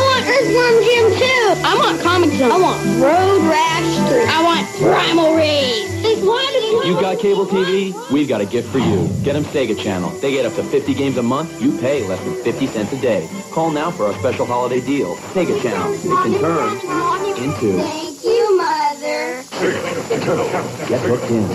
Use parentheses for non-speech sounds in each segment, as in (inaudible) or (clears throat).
That's Worm Jam too. I want Comic Zone. I want Road Rash 3. I want Primal Rage. There's one. You got cable TV? We've got a gift for you. Get them Sega Channel. They get up to 50 games a month. You pay less than 50 cents a day. Call now for our special holiday deal. Sega Channel. It's in turn into Thank you, Mother. Get Hooked In.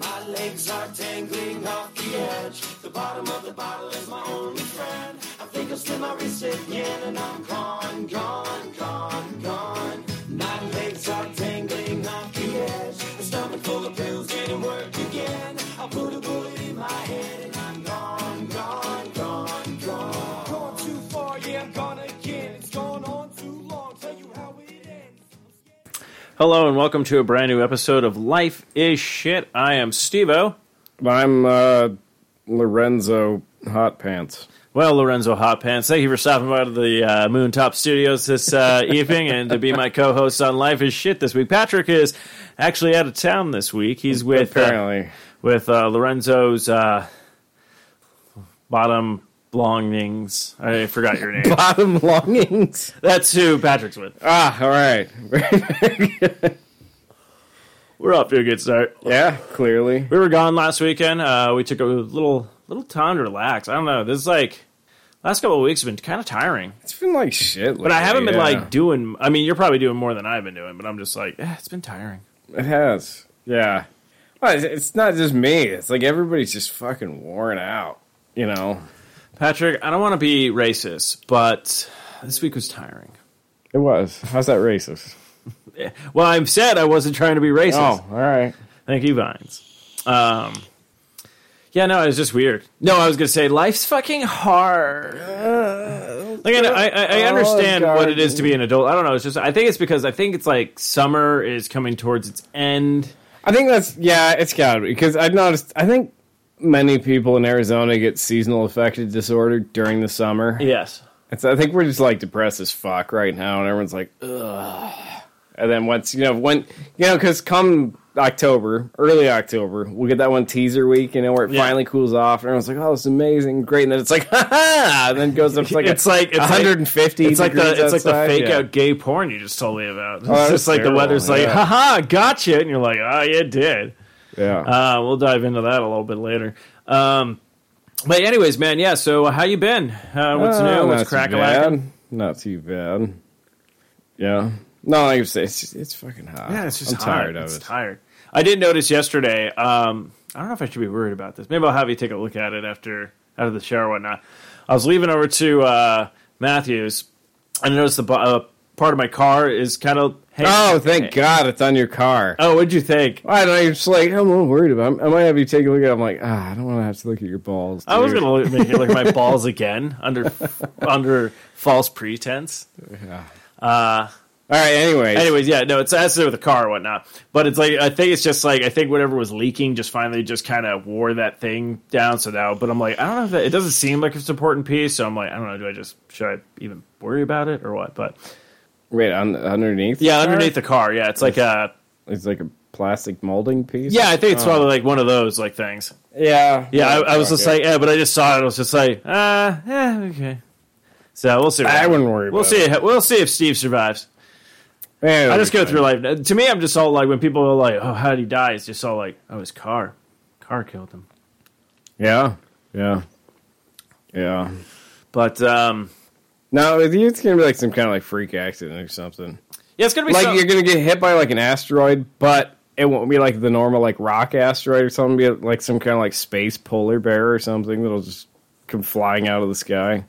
My legs are tangling off the edge. The bottom of the bottle is my only friend. I think I'll slit my wrist again, and I'm gone, gone, gone, gone. My legs are tangling off the edge. A stomach full of pills didn't work again. I put a bullet in my head, and I'm gone, gone, gone, gone. Gone too far, yeah, I'm gone again. It's gone on too long. Tell you how it ends. Hello and welcome to a brand new episode of Life is Shit. I am Stevo. I'm uh, Lorenzo Hot Pants. Well, Lorenzo Hot Pants, thank you for stopping by to the uh, Moontop Studios this uh, evening and to be my co-host on Life is Shit this week. Patrick is actually out of town this week. He's with uh, (laughs) Apparently, with uh, Lorenzo's uh, bottom belongings. I forgot your (laughs) name. bottom longings. That's who Patrick's with. Ah, all right. We're off to a good start. yeah, clearly. We were gone last weekend. Uh, we took a little little time to relax. I don't know. This is like last couple of weeks have been kind of tiring, It's been like shit. Lately, but I haven't been yeah. like doing. I mean, you're probably doing more than I've been doing, but I'm just like eh, it's been tiring. It has. Yeah. Well, it's- it's not just me. It's like everybody's just fucking worn out. You know. Patrick, I don't want to be racist, but this week was tiring. It was. How's that racist? Well, I'm sad I wasn't trying to be racist. Oh, all right. Thank you, Vines. Um, yeah, no, it was just weird. No, I was gonna say life's fucking hard. Like I, I, I- I understand Olive what it is to be an adult. I don't know. It's just I think it's because I think it's like summer is coming towards its end. I think that's yeah. It's gotta be because I've noticed. I think many people in Arizona get seasonal affective disorder during the summer. Yes. It's, I think we're just like depressed as fuck right now, and everyone's like, ugh. And then once you know, when you know, because come October, early October, we'll get that one teaser week, you know, where it Yeah. finally cools off, and everyone's like, oh, it's amazing, great, and then it's like, (laughs) ha ha, and then goes up to like It's like- it's like- 150. It's like the it's degrees like the outside. fake Yeah. out gay porn you just told me about. (laughs) It's that's just like the terrible, weather's like, yeah. haha, gotcha, and you're like, oh, you did. Yeah. Uh, we'll dive into that a little bit later. Um, but anyways, man, yeah. So how you been? Uh, what's Uh, new? not What's too crack a bad. Not too bad. Yeah. No, like I say, it's just, it's fucking hot. Yeah, it's just I'm hot. tired of it's it. Tired. I did notice yesterday. Um, I don't know if I should be worried about this. Maybe I'll have you take a look at it after out of the shower or whatnot. I was leaving over to uh, Matthews, and I noticed the bo- uh, part of my car is kind of. hanging- Oh, thank God it's on your car. Oh, what'd you think? I don't know. It's like I'm a little worried about. It. I might have you take a look at. It. I'm like, ah, I don't want to have to look at your balls. I was dude." gonna look, make you look at my (laughs) balls again under under false pretense. Uh, All right. Anyway. Anyways, yeah, no, it's has to do with the car or whatnot. But it's like I think it's just like I think whatever was leaking just finally just kind of wore that thing down. So now, but I'm like, I don't know if that, it doesn't seem like it's an important piece. So I'm like, I don't know, do I just should I even worry about it or what? But Wait. On underneath. yeah, underneath the car, yeah, it's like uh, a It's like a plastic molding piece. yeah, I think it's probably like one of those like things. Yeah. um, Yeah, I, I was just Okay. like, yeah, but I just saw it. I was just like, ah, uh, yeah, okay. So we'll see. what I happens. wouldn't worry. We'll about see. It. We'll see if Steve survives. Yeah, it'll I just be go fine. through life. To me, I'm just all like when people are like, "Oh, how'd he die?" It's just all like, "Oh, his car, car killed him." Yeah. Yeah. Yeah. But um, No, with you, it's gonna be like some kind of like freak accident or something. yeah, it's gonna be Like some- you're gonna get hit by like an asteroid, but it won't be like the normal like rock asteroid or something. It'll Be like some kind of like space polar bear or something that'll just come flying out of the sky.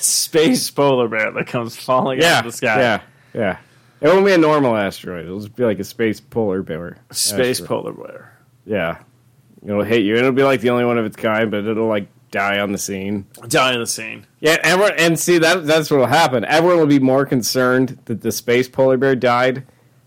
space polar bear that comes falling out of the sky. Yeah, yeah. It won't be a normal asteroid. It'll just be like a space polar bear. space Asteroid. polar bear. Yeah, it'll hit you. and It'll be like the only one of its kind, but it'll like die on the scene. Die in the scene. Yeah, everyone. And see that that's what'll happen. Everyone will be more concerned that the space polar bear died.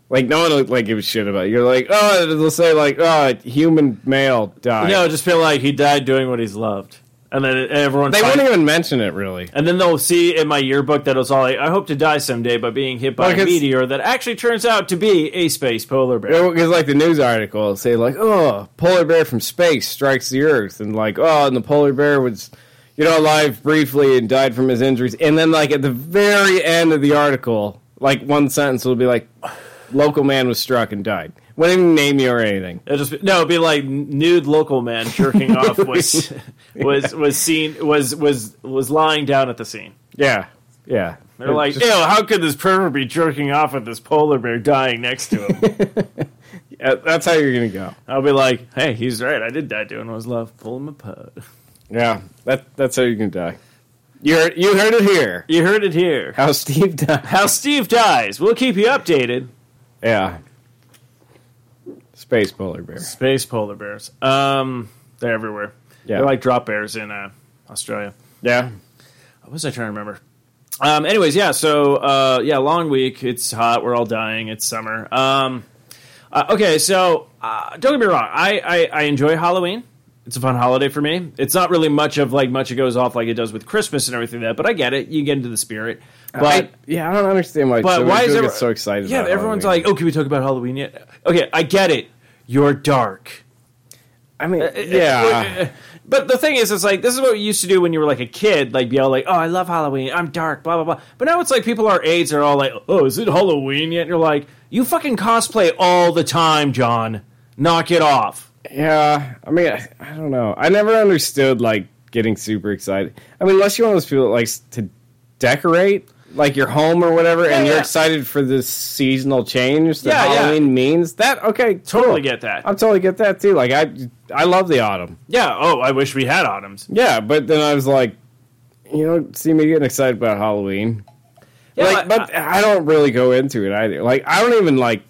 Like no one will like give a shit about it. You're like, oh, they'll say like, oh, human male died. No, just feel like he died doing what he's loved. and then it- everyone They finds- won't even mention it really. and then they'll see in my yearbook that it's all like, I hope to die someday by being hit by Like a it's- meteor that actually turns out to be a space polar bear. Because like the news article will say like, oh, polar bear from space strikes the Earth, and like, oh, and the polar bear was, you know, alive briefly and died from his injuries, and then like at the very end of the article, like one sentence will be like, local man was struck and died. Wouldn't even name you or anything. It'll just be, no, it'd be like nude local man (laughs) jerking off was was was seen was was was lying down at the scene. Yeah, yeah. They're like, Just- ew, how could this pervert be jerking off with this polar bear dying next to (laughs) him? uh, that's how you're gonna go. I'll be like, hey, he's right. I did die doing what was love. Pull him apart. Yeah, that that's how you're gonna die. You heard, you heard it here. You heard it here. How Steve died. How Steve dies. We'll keep you updated. Yeah. Space polar bear. Space polar bears. Um, they're everywhere. Yeah. They're like drop bears in uh, Australia. Yeah. What was I trying to remember? Um, anyways, yeah. So uh, yeah, long week. It's hot. We're all dying. It's summer. Um, uh, okay, so uh, don't get me wrong. I, I I enjoy Halloween. It's a fun holiday for me. It's not really much of like much it goes off like it does with Christmas and everything like that. But I get it. You get into the spirit. But I, yeah, I don't understand why. but so many why is people everyone get so excited? Yeah, about everyone's Halloween. like, oh, can we talk about Halloween yet? Okay, I get it. You're dark. I mean, Well, yeah, uh, (laughs) But the thing is, it's like this is what we used to do when you were like a kid, like be all like, "Oh, I love Halloween. I'm dark." Blah blah blah. But now it's like people our age are all like, "Oh, is it Halloween yet?" And you're like, "You fucking cosplay all the time, John. Knock it off." yeah. I mean, I, I don't know. I never understood like getting super excited. I mean, unless you're one of those people that likes to decorate like your home or whatever, and you're yeah. excited for this seasonal change that Yeah, yeah. Halloween means. That okay? Totally get that. I totally get that too. Like I, I love the autumn. yeah. Oh, I wish we had autumns. Yeah, but then I was like, you don't see me getting excited about Halloween. Yeah, like, but I, don't really go into it either. Like, I don't even like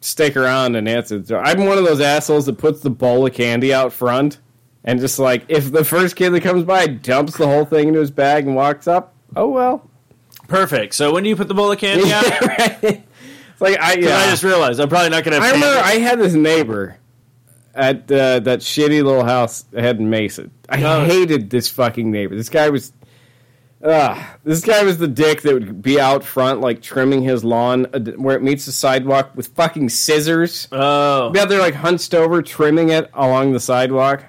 stick around and answer. The door. I'm one of those assholes that puts the bowl of candy out front and just like if the first kid that comes by dumps the whole thing into his bag and walks up, oh well. perfect. So when do you put the bowl of (laughs) candy out? It's like I, yeah. I I, just realized I'm probably not gonna. Have remember candy. I had this neighbor at uh, that shitty little house I had in Mason. I Oh. hated this fucking neighbor. This guy was. Uh, this guy was the dick that would be out front, like trimming his lawn uh, where it meets the sidewalk with fucking scissors. oh, Yeah, they're like hunched over, trimming it along the sidewalk.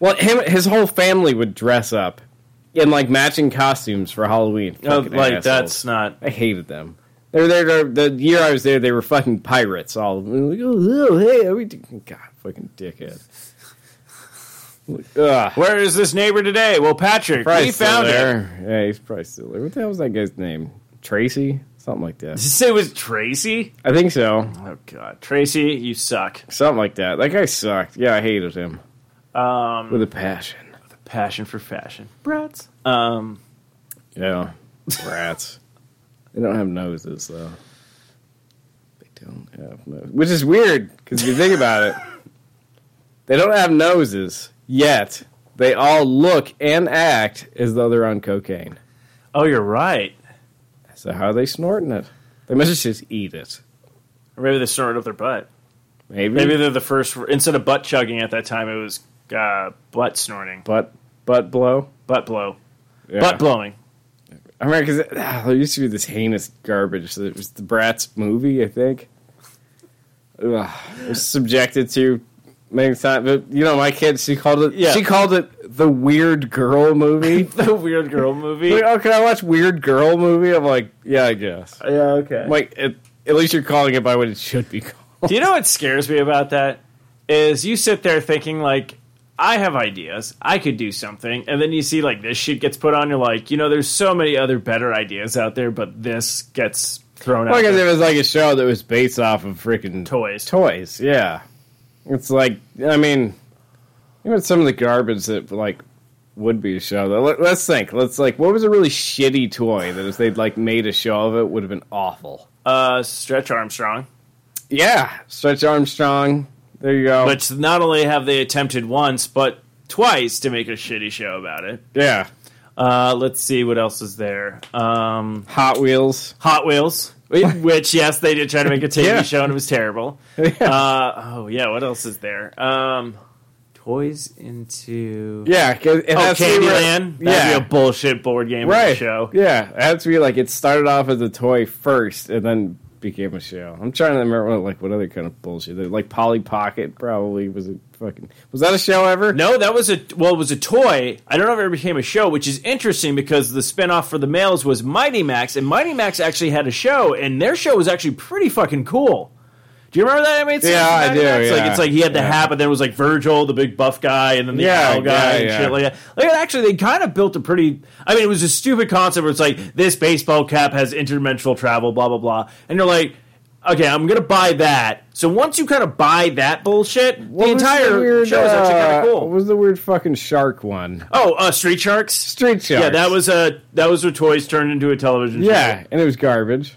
Well, him, his whole family would dress up in like matching costumes for Halloween. no, Fucking Oh, like assholes. that's not. I hated them. They were there. The year I was there, they were fucking pirates. All of them. like, oh, oh, hey, are we do-" God, fucking dickhead. Like, Ugh. Where is this neighbor today? Well, Patrick, Probably we still found it. there. Yeah, he's probably still there. What the hell was that guy's name? Tracy, something like that. Did you say (laughs) it was Tracy? I think so. Oh God, Tracy, you suck. Something like that. That guy sucked. Yeah, I hated him Um, with a passion. passion for fashion. Brats. Um, Yeah, rats. they don't have noses though. They don't have noses, which is weird because if you think about it, they don't have noses yet. They all look and act as though they're on cocaine. oh, you're right. So how are they snorting it? They must just eat it. Or maybe they snorted up their butt. Maybe, Maybe they're the first. Instead of butt chugging at that time, it was uh, butt snorting, butt butt blow. butt blow, Yeah. butt blowing. I remember because there used to be this heinous garbage that was the Bratz movie, I think. Ugh, it was subjected to many times, but you know, my kid, she called it. Yeah. She called it the weird girl (laughs) movie. The weird girl movie. like, oh, can I watch weird girl movie? I'm like, yeah, I guess. yeah, okay. I'm like, at, at least you're calling it by what it should be called. Do you know what scares me about that? Is you sit there thinking like, I have ideas, I could do something, and then you see like this shit gets put on. You're like, you know, there's so many other better ideas out there, but this gets thrown out. Like if there. it was like a show that was based off of freaking Toys. Toys, yeah. It's like I mean, even some of the garbage that like would be a show. Though. Let, let's think. Let's like, what was a really shitty toy that if they'd like made a show of it would have been awful. Uh, Stretch Armstrong. Yeah, Stretch Armstrong. There you go. But not only have they attempted once, but twice to make a shitty show about it. yeah, Uh, let's see what else is there. Um, Hot Wheels. Hot Wheels, (laughs) which yes, they did try to make a TV Oh, (laughs) Yeah. (laughs) Oh, show and it was terrible. Yeah. Uh, oh yeah, what else is there? Um, toys into. Yeah, 'cause it Oh, has to be re- Candyland? That'd yeah, be a bullshit board game on the right. show. Yeah, it has to be like it started off as a toy first, and then became a show. I'm trying to remember what, like what other kind of bullshit. Like Polly Pocket probably was a fucking was that a show ever? No, that was a well, it was a toy. I don't know if it ever became a show, which is interesting because the spinoff for the males was Mighty Max, and Mighty Max actually had a show, and their show was actually pretty fucking cool. Do you remember that? I mean, it's- Yeah, I Mighty do, Max, Like yeah. it's like he had the Yeah. hat, but then it was like Virgil, the big buff guy, and then the Yeah, owl guy yeah, and yeah. shit like that. Like actually, they kind of built a pretty. I mean, it was a stupid concept where it's like this baseball cap has interdimensional travel, blah blah blah, and you're like. Okay, I'm gonna buy that. So once you kind of buy that bullshit, What the was entire weird, show is actually kind uh, of cool. What was the weird fucking shark one? Oh, uh, Street Sharks. Street Sharks. Yeah, that was uh, that was what toys turned into a television. show. yeah, and it was garbage.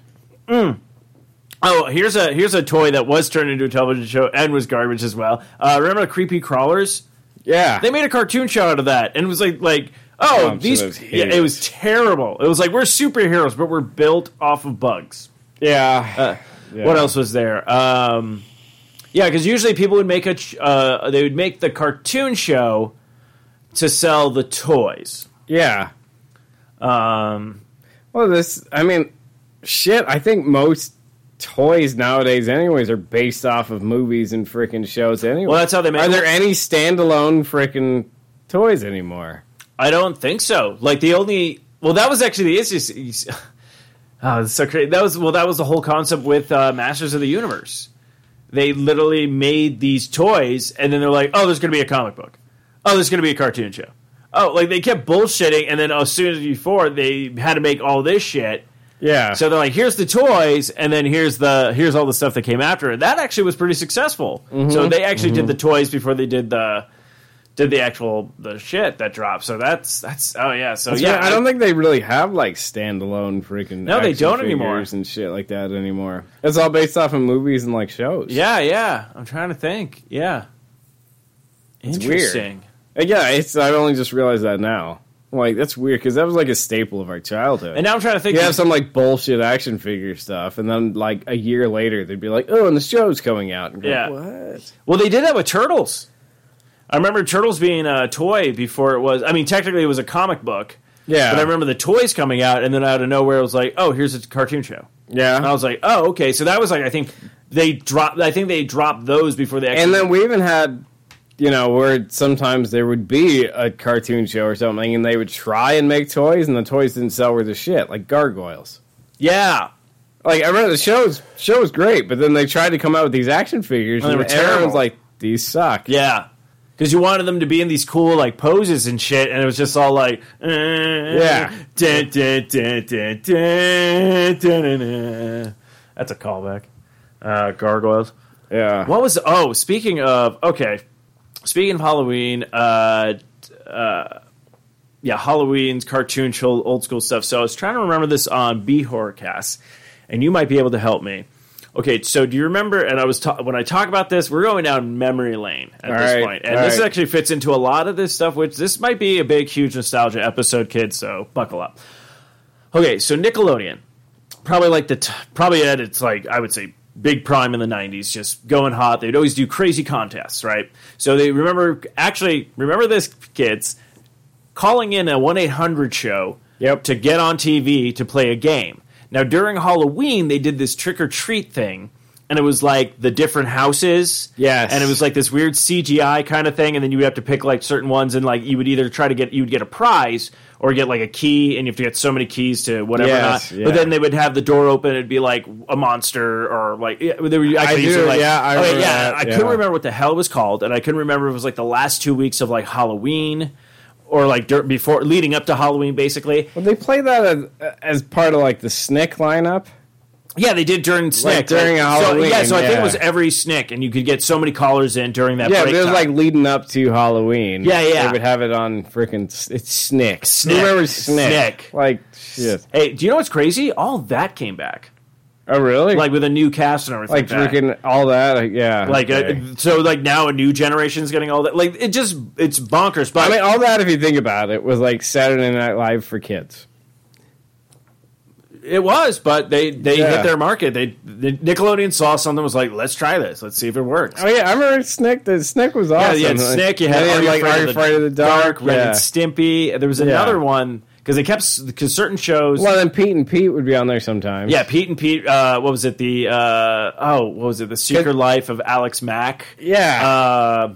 Oh, here's a here's a toy that was turned into a television show and was garbage as well. Uh, remember the creepy crawlers? Yeah, They made a cartoon show out of that, and it was like like oh Oh, I'm sure these that was yeah, it huge. was terrible. It was like we're superheroes, but we're built off of bugs. yeah. Uh, Yeah. What else was there? Um, yeah, because usually people would make a ch- uh, they would make the cartoon show to sell the toys. Yeah. Um. Well, this. I mean, shit. I think most toys nowadays, anyways, are based off of movies and freaking shows. Anyway, Well, that's how they make Are there it. any standalone freaking toys anymore? I don't think so. Like the only well, that was actually the (laughs) issue. Oh, that's so crazy. That was well, that was the whole concept with uh, Masters of the Universe. They literally made these toys, and then they're like, "Oh, there's going to be a comic book. Oh, there's going to be a cartoon show. Oh, like they kept bullshitting, and then as soon as before they had to make all this shit. Yeah. So they're like, here's the toys, and then here's the here's all the stuff that came after it. That actually was pretty successful. Mm-hmm. So they actually did the toys before they did the did the actual the shit that dropped. So that's that's oh yeah. So That's yeah, right. I don't think they really have like standalone freaking. No, they action don't anymore. figures and shit like that anymore. It's all based off of movies and like shows. Yeah, yeah. I'm trying to think. Yeah. weird. Interesting. Uh, yeah. It's I've only just realized that now. Like that's weird because that was like a staple of our childhood. And now I'm trying to think. you have some like bullshit action figure stuff, and then like a year later, they'd be like, "Oh, and the show's coming out." And you're Yeah. like, what? Well, they did that with Turtles. I remember Turtles being a toy before it was. I mean, technically it was a comic book, Yeah, but I remember the toys coming out, and then out of nowhere it was like, oh, here's a cartoon show. Yeah, And I was like, oh, okay. So that was like, I think they dropped. I think they dropped those before they. Actually, and then we even had, you know, where sometimes there would be a cartoon show or something, and they would try and make toys, and the toys didn't sell worth a shit, like gargoyles. yeah, Like I remember the show's show was great, but then they tried to come out with these action figures, And they and, were everyone's terrible. like, "These suck." yeah, because you wanted them to be in these cool like poses and shit, and it was just all like, uh, yeah, dun, dun, dun, dun, dun, dun, dun, dun. that's a callback. Uh, gargoyles. yeah. What was? Oh, speaking of okay, speaking of Halloween, uh, t- uh, yeah, Halloween's cartoon show, old school stuff. So I was trying to remember this on B Horrorcast, and you might be able to help me. Okay, so do you remember? And I was ta- when I talk about this, we're going down memory lane at All this right, point, and all this right. actually fits into a lot of this stuff. Which this might be a big, huge nostalgia episode, kids. So buckle up. Okay, so Nickelodeon probably like the t- probably at its like I would say big prime in the 90s just going hot they'd always do crazy contests right so they remember actually remember this kids calling in a 1-800 show Yep. to get on TV to play a game now during Halloween they did this trick or treat thing and it was like the different houses Yes. and it was like this weird CGI kind of thing and then you would have to pick like certain ones and like you would either try to get you would get a prize or get like a key and you have to get so many keys to whatever or Yes, not. yeah. but then they would have the door open it'd be like a monster or like yeah, they were actually do, using, like, yeah, I okay, remember yeah that, I couldn't yeah. remember what the hell it was called and I couldn't remember if it was like the last two weeks of like Halloween or like dur- before leading up to Halloween basically Well, they play that as, as part of like the Snick lineup. yeah they did during SNCC during so, yeah Halloween, so I think it yeah. was every SNCC and you could get so many callers in during that Yeah, but break it was time. like leading up to Halloween. Yeah, yeah. They would have it on freaking. It's Snick. Snick. Who remembers Snick? Snick. Like shit. hey do you know what's crazy all that came back Oh really? like with a new cast and everything like back. freaking all that. like, Yeah. like okay. uh, so like now a new generation's getting all that like it just it's bonkers but I mean, all that if you think about it was like Saturday Night Live for kids. It was, but they they Yeah. hit their market. They, they Nickelodeon saw something was like, let's try this, let's see if it works. Oh yeah, I remember Snick. The Snick was Yeah, awesome. you had Like, Snick, you had yeah, Are You like Are You Afraid of the Dark? Ren yeah. and Stimpy. and There was another one because they kept because certain shows. Well, then Pete and Pete would be on there sometimes. yeah, Pete and Pete. Uh, what was it? The uh, oh, what was it? The Secret Life of Alex Mack. yeah. Uh,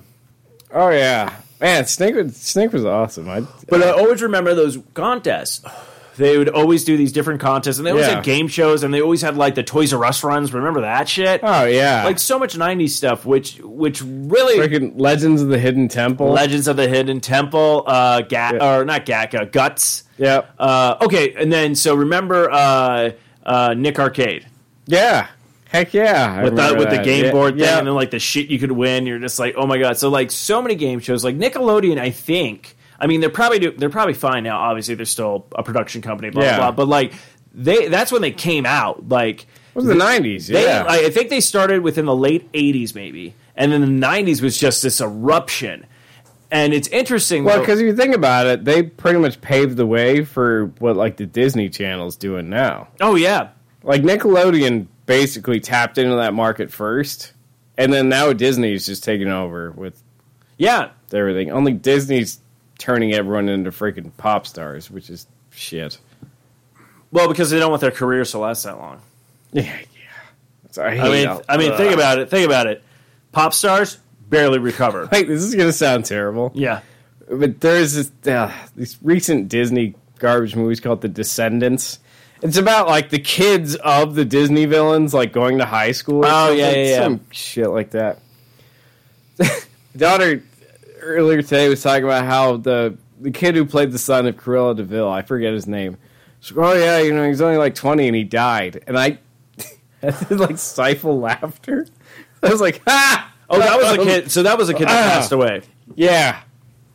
oh yeah, man, Snick. would- Snick was awesome. I, But I always remember those contests. Uh, They would always do these different contests, and they always Yeah. had game shows, and they always had like the Toys R Us runs. Remember that shit? oh yeah, Like so much '90s stuff, which which really freaking Legends of the Hidden Temple. Legends of the Hidden Temple, uh, Ga- Yeah. or not Gatka, Guts. yeah, Uh, okay, and then so remember uh, uh, Nick Arcade yeah, heck yeah. I with the, remember with the that. game Yeah, board thing, yeah. and then like the shit you could win. You're just like, oh my god! So like so many game shows, like Nickelodeon. I think I mean they're probably do, they're probably fine now. Obviously, they're still a production company, blah Yeah. blah. blah. But like they that's when they came out. Like it was the nineties. they, Yeah, I, I think they started within the late '80s maybe, and then the '90s was just this eruption. And it's interesting. well, though- because if you think about it, they pretty much paved the way for what like the Disney Channel's doing now. oh yeah, like Nickelodeon basically tapped into that market first, and then now Disney's just taking over with yeah. everything. Only Disney's turning everyone into freaking pop stars, which is shit. Well, because they don't want their careers to last that long. Uh, Yeah, yeah. So I, hate I mean, all- I mean, Ugh. think about it. Think about it. Pop stars barely recover. Like this is gonna sound terrible, (laughs) yeah. but there's this, uh, these recent Disney garbage movies called The Descendants. It's about like the kids of the Disney villains like going to high school. or Oh, something. yeah, yeah, yeah. some shit like that. (laughs) Daughter earlier today was talking about how the the kid who played the son of Cruella Deville, I forget his name. She's like, oh yeah, you know he's only like twenty and he died, and I (laughs) had like stifle laughter. I was like, ha! Oh, that was a kid. So that was a kid that passed away. Yeah.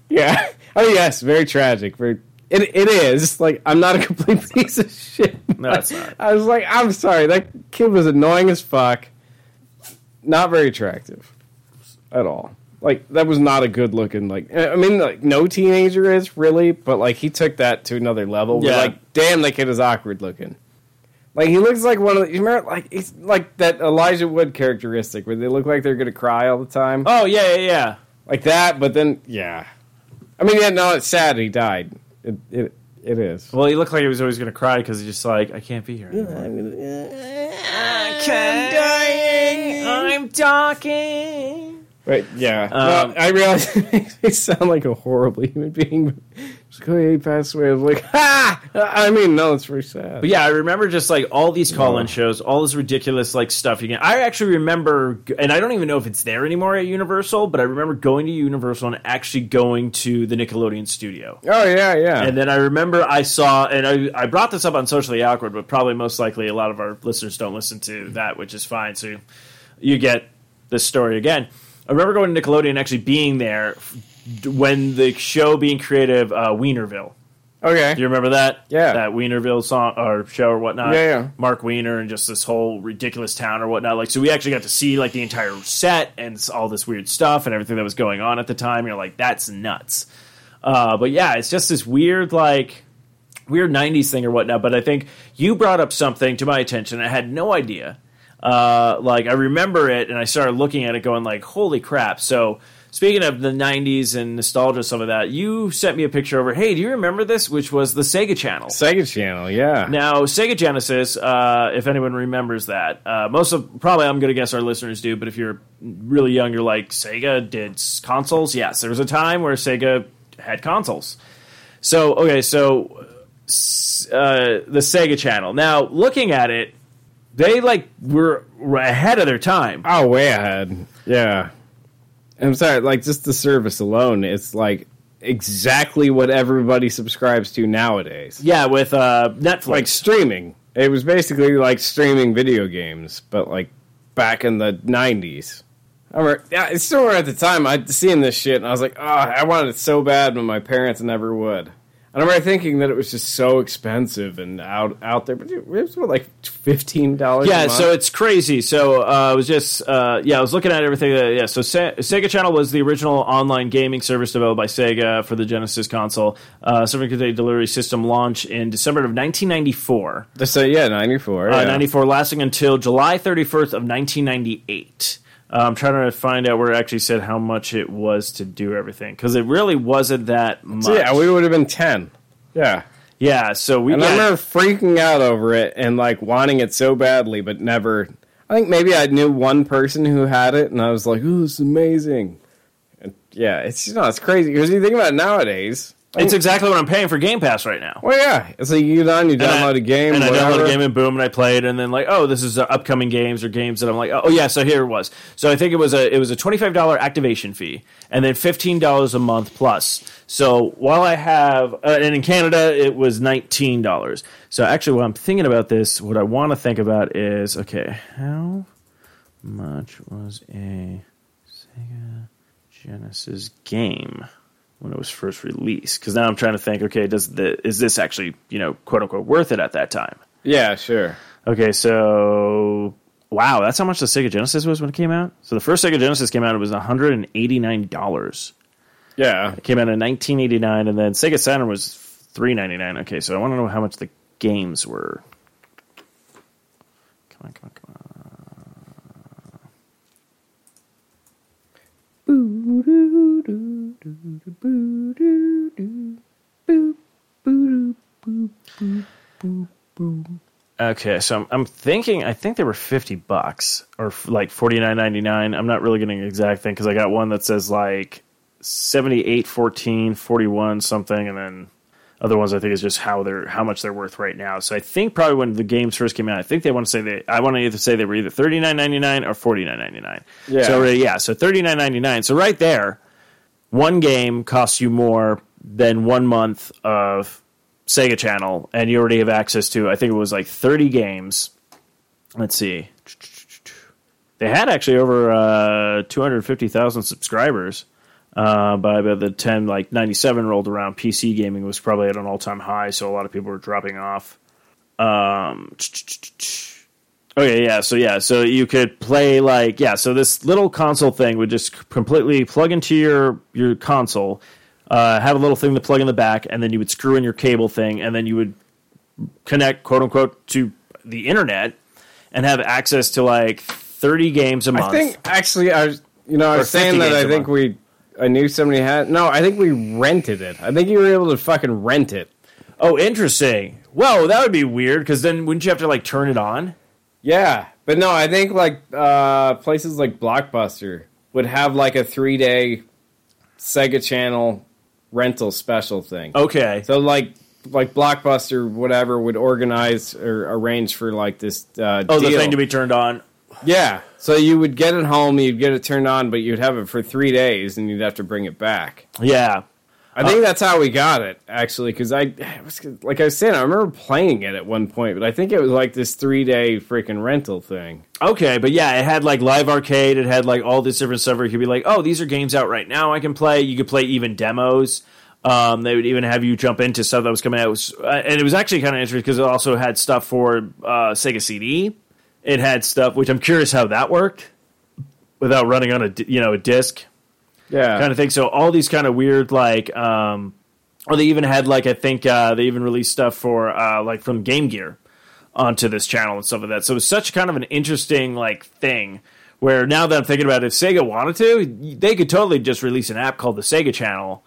Yeah. (laughs) Oh yes, very tragic. Very it it is. Like I'm not a complete (laughs) piece of shit. No, it's not. I was like, I'm sorry, that kid was annoying as fuck. Not very attractive at all. Like that was not a good looking like I mean like no teenager is really, but like he took that to another level. Yeah. Yeah. like, damn that kid is awkward looking. Like he looks like one of the you remember like he's like that Elijah Wood characteristic where they look like they're gonna cry all the time Oh yeah, yeah, yeah. like that. But then, yeah, I mean, yeah, no, it's sad he died. It it it is. Well, he looked like he was always going to cry because he's just like, I can't be here. Anymore. I'm talking. But yeah, Um, Well, I realize (laughs) it makes me sound like a horrible human being. Just go, he passed away. I was like, ha! I mean, no, it's very sad. But yeah, I remember just like all these call-in shows, all this ridiculous like stuff you can. I actually remember, and I don't even know if it's there anymore at Universal, but I remember going to Universal and actually going to the Nickelodeon studio. Oh yeah, yeah. And then I remember I saw, and I, I brought this up on Socially Awkward, but probably most likely a lot of our listeners don't listen to that, which is fine. So you, you get this story again. I remember going to Nickelodeon and actually being there f- when the show being creative, uh, Wienerville. okay. Do you remember that? Yeah. That Wienerville song or show or whatnot. Yeah, yeah. Mark Wiener and just this whole ridiculous town or whatnot. Like, so we actually got to see like the entire set and s- all this weird stuff and everything that was going on at the time. You're like, that's nuts. Uh, but yeah, it's just this weird like weird '90s thing or whatnot. But I think you brought up something to my attention. I had no idea. Uh, like I remember it, and I started looking at it, going like, "Holy crap!" So speaking of the '90s and nostalgia, some of that, you sent me a picture over. Hey, do you remember this? Which was the Sega Channel. Sega Channel, yeah. Now, Sega Genesis, uh, if anyone remembers that, uh, most of probably I'm going to guess our listeners do, but if you're really young, you're like, Sega did s- consoles? Yes, there was a time where Sega had consoles. So, okay, so s- uh, the Sega channel. Now, looking at it, they like were, were ahead of their time. Oh, way ahead. Yeah. I'm sorry, like just the service alone, it's like exactly what everybody subscribes to nowadays. Yeah, with uh, Netflix. like streaming. It was basically like streaming video games, but like back in the nineties. I remember, yeah, it's "Ah, still at the time I would seen this shit and I was like, oh, I wanted it so bad, but my parents never would. I remember thinking that it was just so expensive and out out there, but it was what, like fifteen dollars. Yeah, so it's crazy. So uh, I was just, uh, yeah, I was looking at everything. That, yeah, so Se- Sega Channel was the original online gaming service developed by Sega for the Genesis console, uh, serving a delivery system launch in December of 1994. so Oh, yeah, ninety four. Uh, 94, lasting until July 31st of 1998. Uh, I'm trying to find out where it actually said how much it was to do everything because it really wasn't that much. yeah, we would have been ten. Yeah, yeah, so we and yeah. I remember freaking out over it and like wanting it so badly, but never. I think maybe I knew one person who had it, and I was like, "Ooh, it's amazing." And yeah, it's you know, it's crazy because you think about it nowadays. it's exactly what I'm paying for Game Pass right now. Well, yeah, it's like you get on, you And I- download a game, and I whatever. download a game, and boom, and I played, and then like, oh, this is the upcoming games or games that I'm like, oh yeah, so here it was. So I think it was a it was a twenty five dollar activation fee, and then fifteen dollars a month plus. So while I have, uh, and in Canada it was nineteen dollars. So actually, what I'm thinking about this, what I want to think about is, okay, how much was a Sega Genesis game? when it was first released because now I'm trying to think. Okay, does the is this actually you know quote unquote worth it at that time? yeah, sure. Okay, so wow, that's how much the Sega Genesis was when it came out. So the first Sega Genesis came out, it was 189 dollars. Yeah, It came out in 1989, and then Sega Saturn was 399. Okay, so I want to know how much the games were. Come on, come on, come on. Okay, so I'm, I'm thinking. I think they were fifty bucks or f- like forty nine ninety nine. I'm not really getting an exact thing because I got one that says like 78, 14, 41 something, and then other ones I think is just how they're how much they're worth right now. So I think probably when the games first came out, I think they want to say they I want to either say they were either thirty nine ninety nine or forty nine ninety nine. Yeah. So uh, yeah, so thirty nine ninety nine. So right there, one game costs you more than one month of Sega Channel, and you already have access to I think it was like thirty games. Let's see. They had actually over uh, two hundred fifty thousand subscribers uh, by about the 10 like 97 rolled around pc gaming was probably at an all-time high so a lot of people were dropping off um okay yeah so yeah so you could play like yeah so this little console thing would just completely plug into your your console uh, have a little thing to plug in the back and then you would screw in your cable thing and then you would connect quote unquote to the internet and have access to like 30 games a month I think actually, I was, you know, I Or was saying 50 that games I a think month. we, I knew somebody had. No, I think we rented it. I think you were able to fucking rent it. Oh, interesting. Well, that would be weird because then wouldn't you have to like turn it on? Yeah, but no, I think like uh places like Blockbuster would have like a three day Sega Channel rental special thing. Okay. So like like Blockbuster whatever would organize or arrange for like this. Uh, oh, the deal. thing to be turned on. yeah. So you would get it home, you'd get it turned on, but you'd have it for three days, and you'd have to bring it back. Yeah. I Uh. think that's how we got it actually, because I it was, like I was saying, I remember playing it at one point, but I think it was like this three day freaking rental thing. Okay, but yeah, it had like live arcade. It had like all this different stuff. Where you could be like, oh, these are games out right now. I can play. You could play even demos. Um, they would even have you jump into stuff that was coming out. It was, uh, and it was actually kind of interesting because it also had stuff for uh, Sega CD. It had stuff which I'm curious how that worked without running on a di- you know a disc. Yeah, kind of thing. So all these kind of weird like um or they even had like I think uh they even released stuff for uh like from Game Gear onto this channel and stuff like that. So it's such kind of an interesting like thing where now that I'm thinking about it, if Sega wanted to, they could totally just release an app called the Sega Channel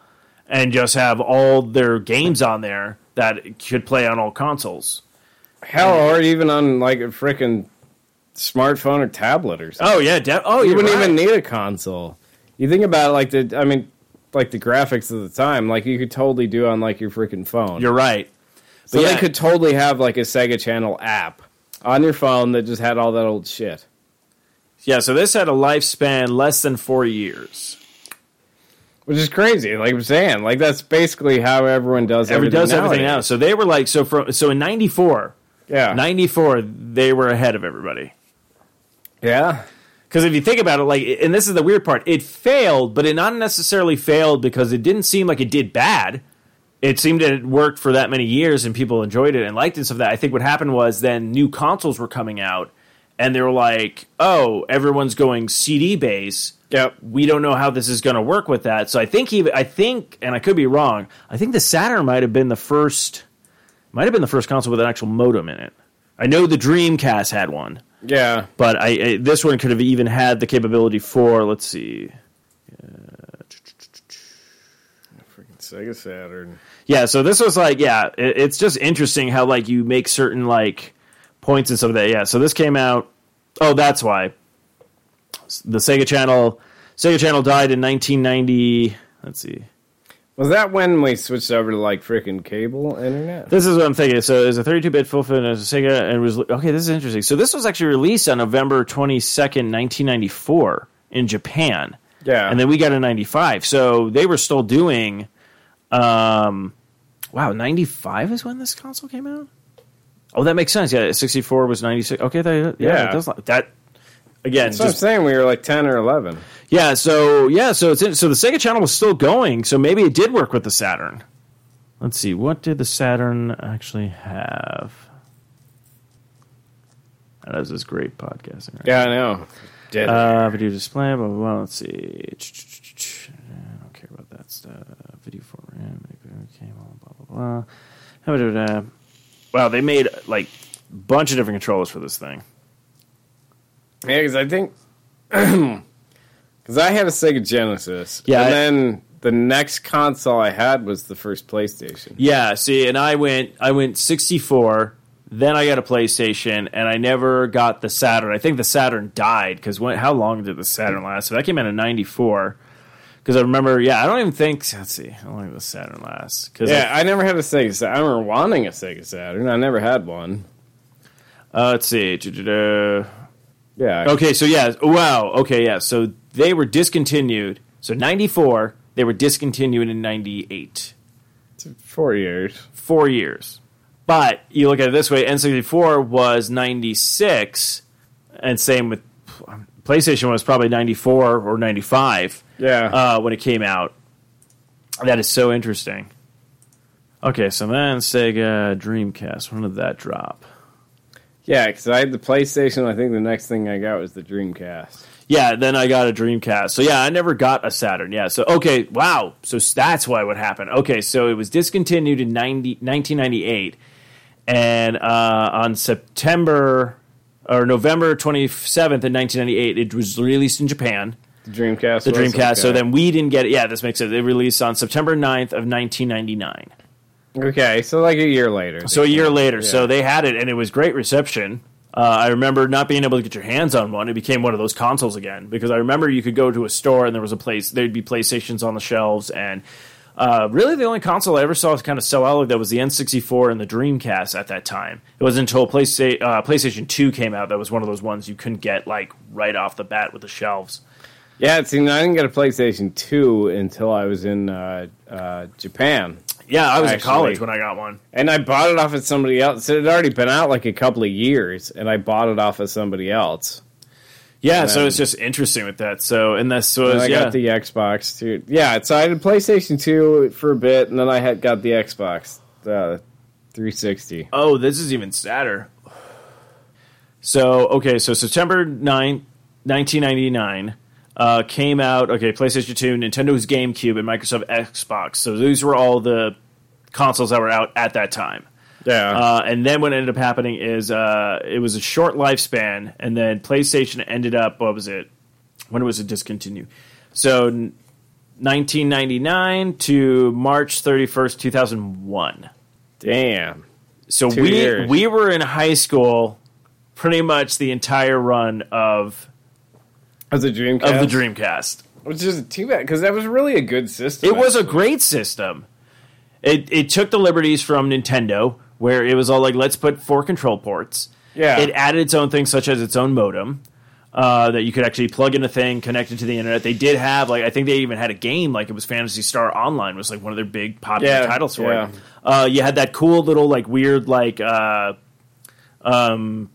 and just have all their games on there that could play on all consoles. Hell, or even on like a freaking smartphone or tablet or something. Oh yeah, de- oh you you're wouldn't right. even need a console. You think about it, like the, I mean, like the graphics of the time, like you could totally do on like your freaking phone. You're right. so yeah. they could totally have like a Sega Channel app on your phone that just had all that old shit. Yeah, so this had a lifespan less than 4 years. Which is crazy, like I'm saying, like that's basically how everyone does Every everything. does everything now. nowadays. Ah. So they were like so from so in '94, Yeah, '94 they were ahead of everybody. yeah, Because if you think about it, like, and this is the weird part, it failed, but it not necessarily failed because it didn't seem like it did bad. it seemed that it worked for that many years and people enjoyed it and liked it and stuff like that. I think what happened was then new consoles were coming out and they were like, oh, everyone's going CD base. Yep. We don't know how this is going to work with that. So I think he, I think, and I could be wrong. I think the Saturn might have been the first, might have been the first console with an actual modem in it. I know the Dreamcast had one, Yeah. but I, I this one could have even had the capability for. Let's see. Sega Saturn. Yeah, so this was like, yeah, it, it's just interesting how like you make certain like points and stuff like that. Yeah, so this came out. Oh, that's why S- the Sega Channel, Sega Channel died in 1990. Let's see. Was that when we switched over to like freaking cable internet? This is what I'm thinking. So it was a 32-bit full film as a Sega, and it was okay. This is interesting. So this was actually released on November 22nd, 1994, in Japan. Yeah. and then we got a 95 so they were still doing um wow 95 is when this console came out oh that makes sense yeah 64 was 96 okay that, yeah, Yeah. That, does, li- that again That's what I'm just, saying. We were like ten or eleven. yeah so yeah so it's in, so the sega channel was still going so maybe it did work with the saturn let's see what did the saturn actually have Oh, that was this great podcasting right Yeah, I know. Did uh, video display, blah, blah, blah. Let's see. Ch-ch-ch-ch. I don't care about that stuff. Video format, okay, blah, blah, blah, blah. How about it, uh, Wow, they made like a bunch of different controllers for this thing. Yeah, because I think (clears throat) because I had a Sega Genesis. Yeah, and I- then the next console I had was the first PlayStation. Yeah, see, and I went, I went 64. Then I got a PlayStation, and I never got the Saturn. I think the Saturn died because how long did the Saturn last? So that came out in '94. Because I remember, yeah, I don't even think. Let's see, how long did the Saturn last? Cause Yeah, I never had a Sega. Saturn. I remember wanting a Sega Saturn. I never had one. uh, let's see. Da-da-da. Yeah. Okay, so yeah, wow. Okay, yeah. So they were discontinued. So ninety four, they were discontinued in ninety eight. Four years. Four years. But you look at it this way: N sixty four was ninety six, and same with um, PlayStation was probably ninety four or ninety five Yeah. uh, when it came out. That is so interesting. Okay, so then Sega Dreamcast. When did that drop? yeah, because I had the PlayStation. I think the next thing I got was the Dreamcast. Yeah, then I got a Dreamcast. So yeah, I never got a Saturn. Yeah. So okay, wow. So s- that's why what happened. Okay, so it was discontinued in 90, 1998 and uh, on September or November 27th in 1998 it was released in Japan, The Dreamcast. the was- Dreamcast. So okay. then we didn't get it. Yeah, this makes sense. It released on September 9th of 1999. Okay, so like a year later. So a year later, Yeah. so they had it, and it was great reception. Uh, I remember not being able to get your hands on one. It became one of those consoles again because I remember you could go to a store and there was a place there'd be PlayStations on the shelves, and uh, really the only console I ever saw kind of sell out like that was the N64 and the Dreamcast at that time. It wasn't until PlayStation uh, PlayStation Two came out that was one of those ones you couldn't get like right off the bat with the shelves. Yeah, see, I didn't get a PlayStation 2 until I was in uh, uh, Japan. Yeah, I was in Actually- college when I got one. And I bought it off of somebody else. It had already been out like a couple of years, and I bought it off of somebody else. Yeah, then- so it's just interesting with that. So and this And was I yeah. got the Xbox too. Yeah, so I had a PlayStation 2 for a bit, and then I had got the Xbox uh, 360. Oh, this is even sadder. So, okay, so September 9, 1999 uh, came out, okay, PlayStation 2, Nintendo's GameCube, and Microsoft Xbox. So these were all the consoles that were out at that time. Yeah. Uh, and then what ended up happening is uh, it was a short lifespan, and then PlayStation ended up, what was it? When was it discontinued? So n- 1999 to March 31st, 2001. Damn. So Two we years. we were in high school pretty much the entire run of As a Dreamcast? of the Dreamcast. Which is too bad, because that was really a good system. It was a great system. It it took the liberties from Nintendo where it was all like let's put four control ports. Yeah. It added its own things such as its own modem. Uh, that you could actually plug in a thing, connect it to the internet. They did have like I think they even had a game like it was Fantasy Star Online was like one of their big popular Yeah, titles for yeah. it. Uh, you had that cool little like weird like uh, um,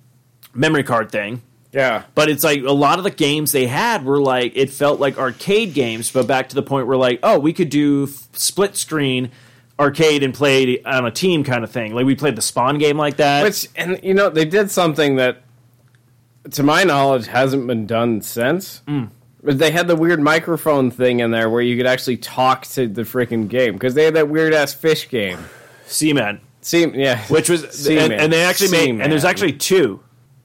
memory card thing Yeah. but it's like a lot of the games they had were like it felt like arcade games, but back to the point where like oh we could do f- split screen arcade and played on a team kind of thing. Like we played the Spawn game like that. Which and you know they did something that, to my knowledge, hasn't been done since. Mm. But they had the weird microphone thing in there where you could actually talk to the freaking game because they had that weird ass fish game. Seaman, See, yeah, which (laughs) was (laughs) Seaman. and, and they actually made and there's Seaman. actually two.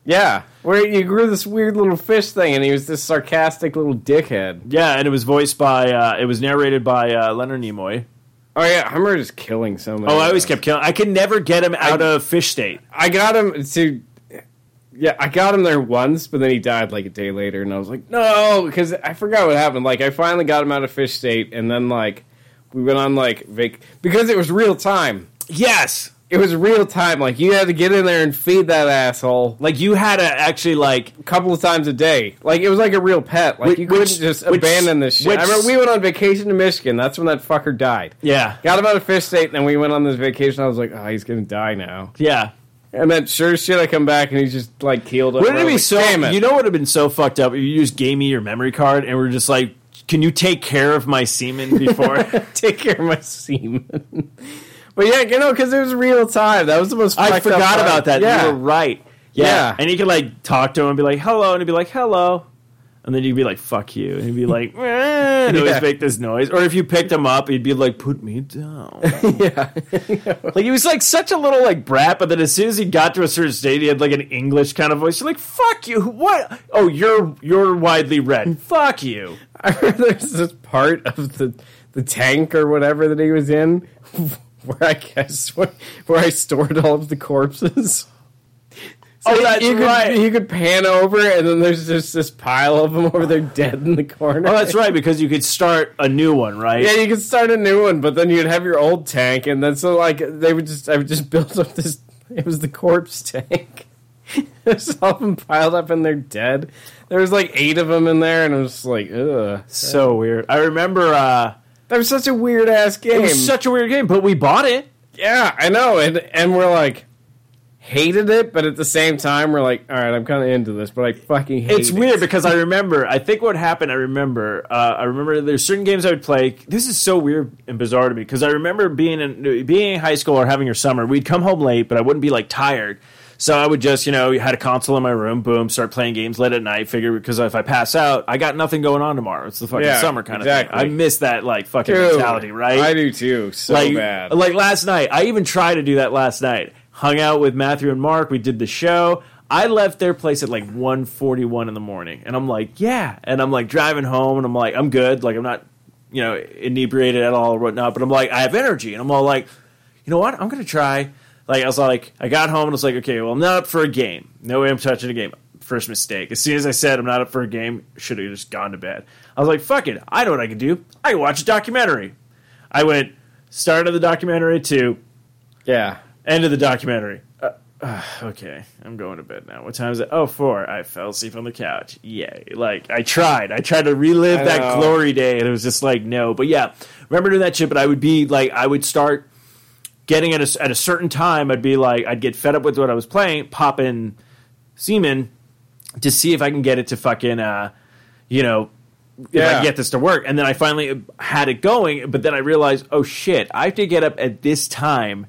yeah, where you grew this weird little fish thing and he was this sarcastic little dickhead. Yeah, and it was voiced by uh, it was narrated by uh, Leonard Nimoy. Oh yeah, I remember just killing somebody. Oh, I always kept killing. I could never get him out of fish state. I got him to. Yeah, I got him there once, but then he died like a day later, and I was like, no, because I forgot what happened. Like, I finally got him out of fish state, and then like we went on like vac because it was real time. Yes, It was real time. Like you had to get in there and feed that asshole like you had to actually like a couple of times a day. Like it was like a real pet. Like Which- you couldn't which- just which- abandon this shit. I which- remember we went on vacation to Michigan. That's when that fucker died. yeah Got him out of fish state, and then we went on this vacation. I was like, oh, he's gonna die now. yeah. And then sure as shit, I come back and he's just like keeled over. Wouldn't it I be was so? like, Damn it. You know, what would have been so fucked up. if You just gave me your memory card, and we're just like, "Can you take care of my semen (laughs) before?" (laughs) take care of my semen. but yeah, you know, because it was real time. That was the most. I fucked up forgot part. about that. Yeah, You were right. Yeah. Yeah. and you could like talk to him and be like, "Hello," and he'd be like, "Hello," and then you'd be like, "Fuck you," and he'd be (laughs) like, "Eh," and Yeah. always make this noise. Or if you picked him up, he'd be like, "Put me (laughs) down." yeah. Like he was like such a little like brat, but then as soon as he got to a certain state, he had like an English kind of voice. You're like, "Fuck you! What? Oh, you're you're widely (laughs) read. Fuck you!" (laughs) I remember there's this part of the the tank or whatever that he was in, (laughs) where I guess where, where I stored all of the corpses. (laughs) So Oh, that's you could, right. You could pan over, and then there's just this pile of them over there, dead in the corner. Oh, that's right, because you could start a new one, right? Yeah, you could start a new one, but then you'd have your old tank, and then so like they would just I would just (laughs) build up this. It was the corpse tank. (laughs) There's all of them piled up and they're dead. There was like eight of them in there, and I was just like, ugh. So weird. I remember uh, That was such a weird ass it game. was such a weird game, but we bought it. yeah, I know, and and we're like hated it, but at the same time we're like, all right, I'm kind of into this, but I fucking hate it's it. weird because I remember. I think what happened. I remember. Uh, I remember there's certain games I would play. This is so weird and bizarre to me because I remember being in being in high school or having your summer. We'd come home late, but I wouldn't be like tired. So I would just, you know, had a console in my room, boom, start playing games late at night. Figure because if I pass out, I got nothing going on tomorrow. It's the fucking Yeah, summer kind exactly. of thing. I miss that like fucking Dude, mentality, right? I do too, so like, bad. Like last night, I even tried to do that last night. Hung out with Matthew and Mark. We did the show. I left their place at like 1.41 in the morning, and I'm like, yeah. And I'm like driving home, and I'm like, I'm good. Like I'm not, you know, inebriated at all or whatnot. But I'm like, I have energy, and I'm all like, you know what? I'm gonna try. Like I was like, I got home and I was like, okay, well, I'm not up for a game. No way I'm touching a game. First mistake. As soon as I said I'm not up for a game, should have just gone to bed. I was like, fuck it. I know what I can do. I can watch a documentary. I went start of the documentary to (laughs) yeah. end of the documentary. Uh, uh, okay, I'm going to bed now. What time is it? Oh, four. I fell asleep on the couch. Yay! Like I tried, I tried to relive I that know. glory day, and it was just like no. But yeah, remember doing that shit. But I would be like, I would start getting at a, at a certain time. I'd be like, I'd get fed up with what I was playing, pop in semen to see if I can get it to fucking, uh, you know, if I Yeah. can get this to work. And then I finally had it going, but then I realized, oh shit, I have to get up at this time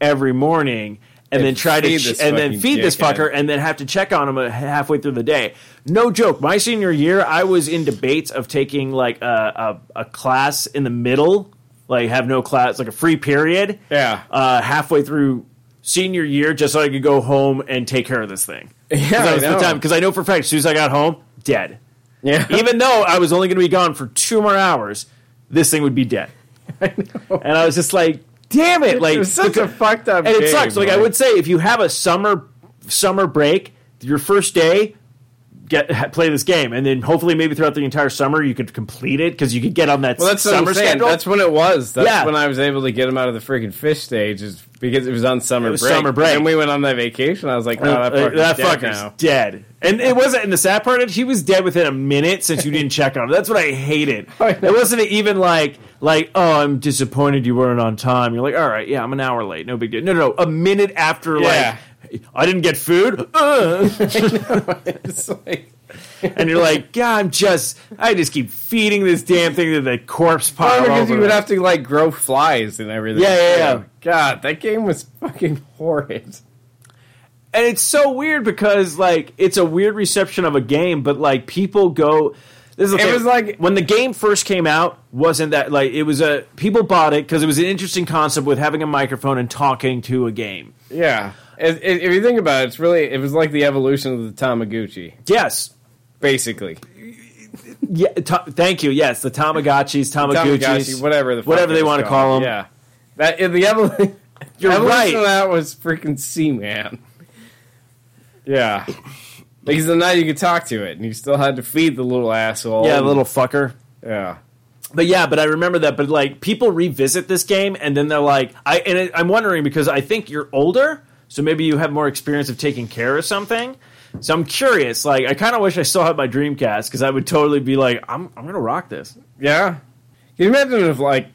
every morning and, And then try to feed ch- this and then fucking feed this dickhead. fucker and then have to check on him uh, halfway through the day. No joke. My senior year, I was in debates of taking like a a, a class in the middle, like have no class, like a free period. Yeah. Uh, halfway through senior year, just so I could go home and take care of this thing. Yeah, I That was the know. time because I know for a fact as soon as I got home, (laughs) dead. Yeah. Even though I was only going to be gone for two more hours, this thing would be (laughs) dead. And I was just like, damn it! Like it (laughs) was such a fucked up and game, it sucks. Like I would say, if you have a summer summer break, your first day, get ha- play this game, and then hopefully maybe throughout the entire summer you could complete it because you could get on that Well, that's what summer I'm saying. schedule. That's when it was. That's Yeah. when I was able to get him out of the freaking fish stage, is because it was on summer was break. summer break. and we went on that vacation. I was like, no, Uh, that fucker's, that dead fucker's (laughs) now. dead. And it wasn't. And the sad part is, he was dead within a minute since you didn't check on him. That's what I (laughs) hated. I know. it wasn't even like like oh, I'm disappointed you weren't on time. You're like, all right, yeah, I'm an hour late. No big deal. No, no, no. a minute after Yeah. like I didn't get food. Ugh. It's like and you're like, yeah, I'm just, I just keep feeding this damn thing to the corpse pile. because "Oh, you over would there. have to like grow flies and everything. Yeah, yeah, yeah. God, that game was fucking horrid. and it's so weird because like it's a weird reception of a game, but like people go. This is the It thing. was like- when the game first came out, wasn't that like it was a people bought it because it was an interesting concept with having a microphone and talking to a game. Yeah. If, if if you think about it, it's really it was like the evolution of the Tamaguchi, Yes, basically. yeah. Ta- thank you. Yes, the Tamagotchis, Tamaguchis, Tamagotchi, whatever the fuck whatever it they was want to called. call them. Yeah, that in the (laughs) evolution. You're evolution Of right. that was freaking Sea Man. Yeah, because then now you could talk to it, and you still had to feed the little asshole. Yeah, little fucker. Yeah, But yeah, but I remember that. But like, people revisit this game, and then they're like, I and it, I'm wondering because I think you're older, so maybe you have more experience of taking care of something. So I'm curious. Like, I kind of wish I still had my Dreamcast because I would totally be like, I'm I'm gonna rock this. (laughs) yeah. Can you imagine if like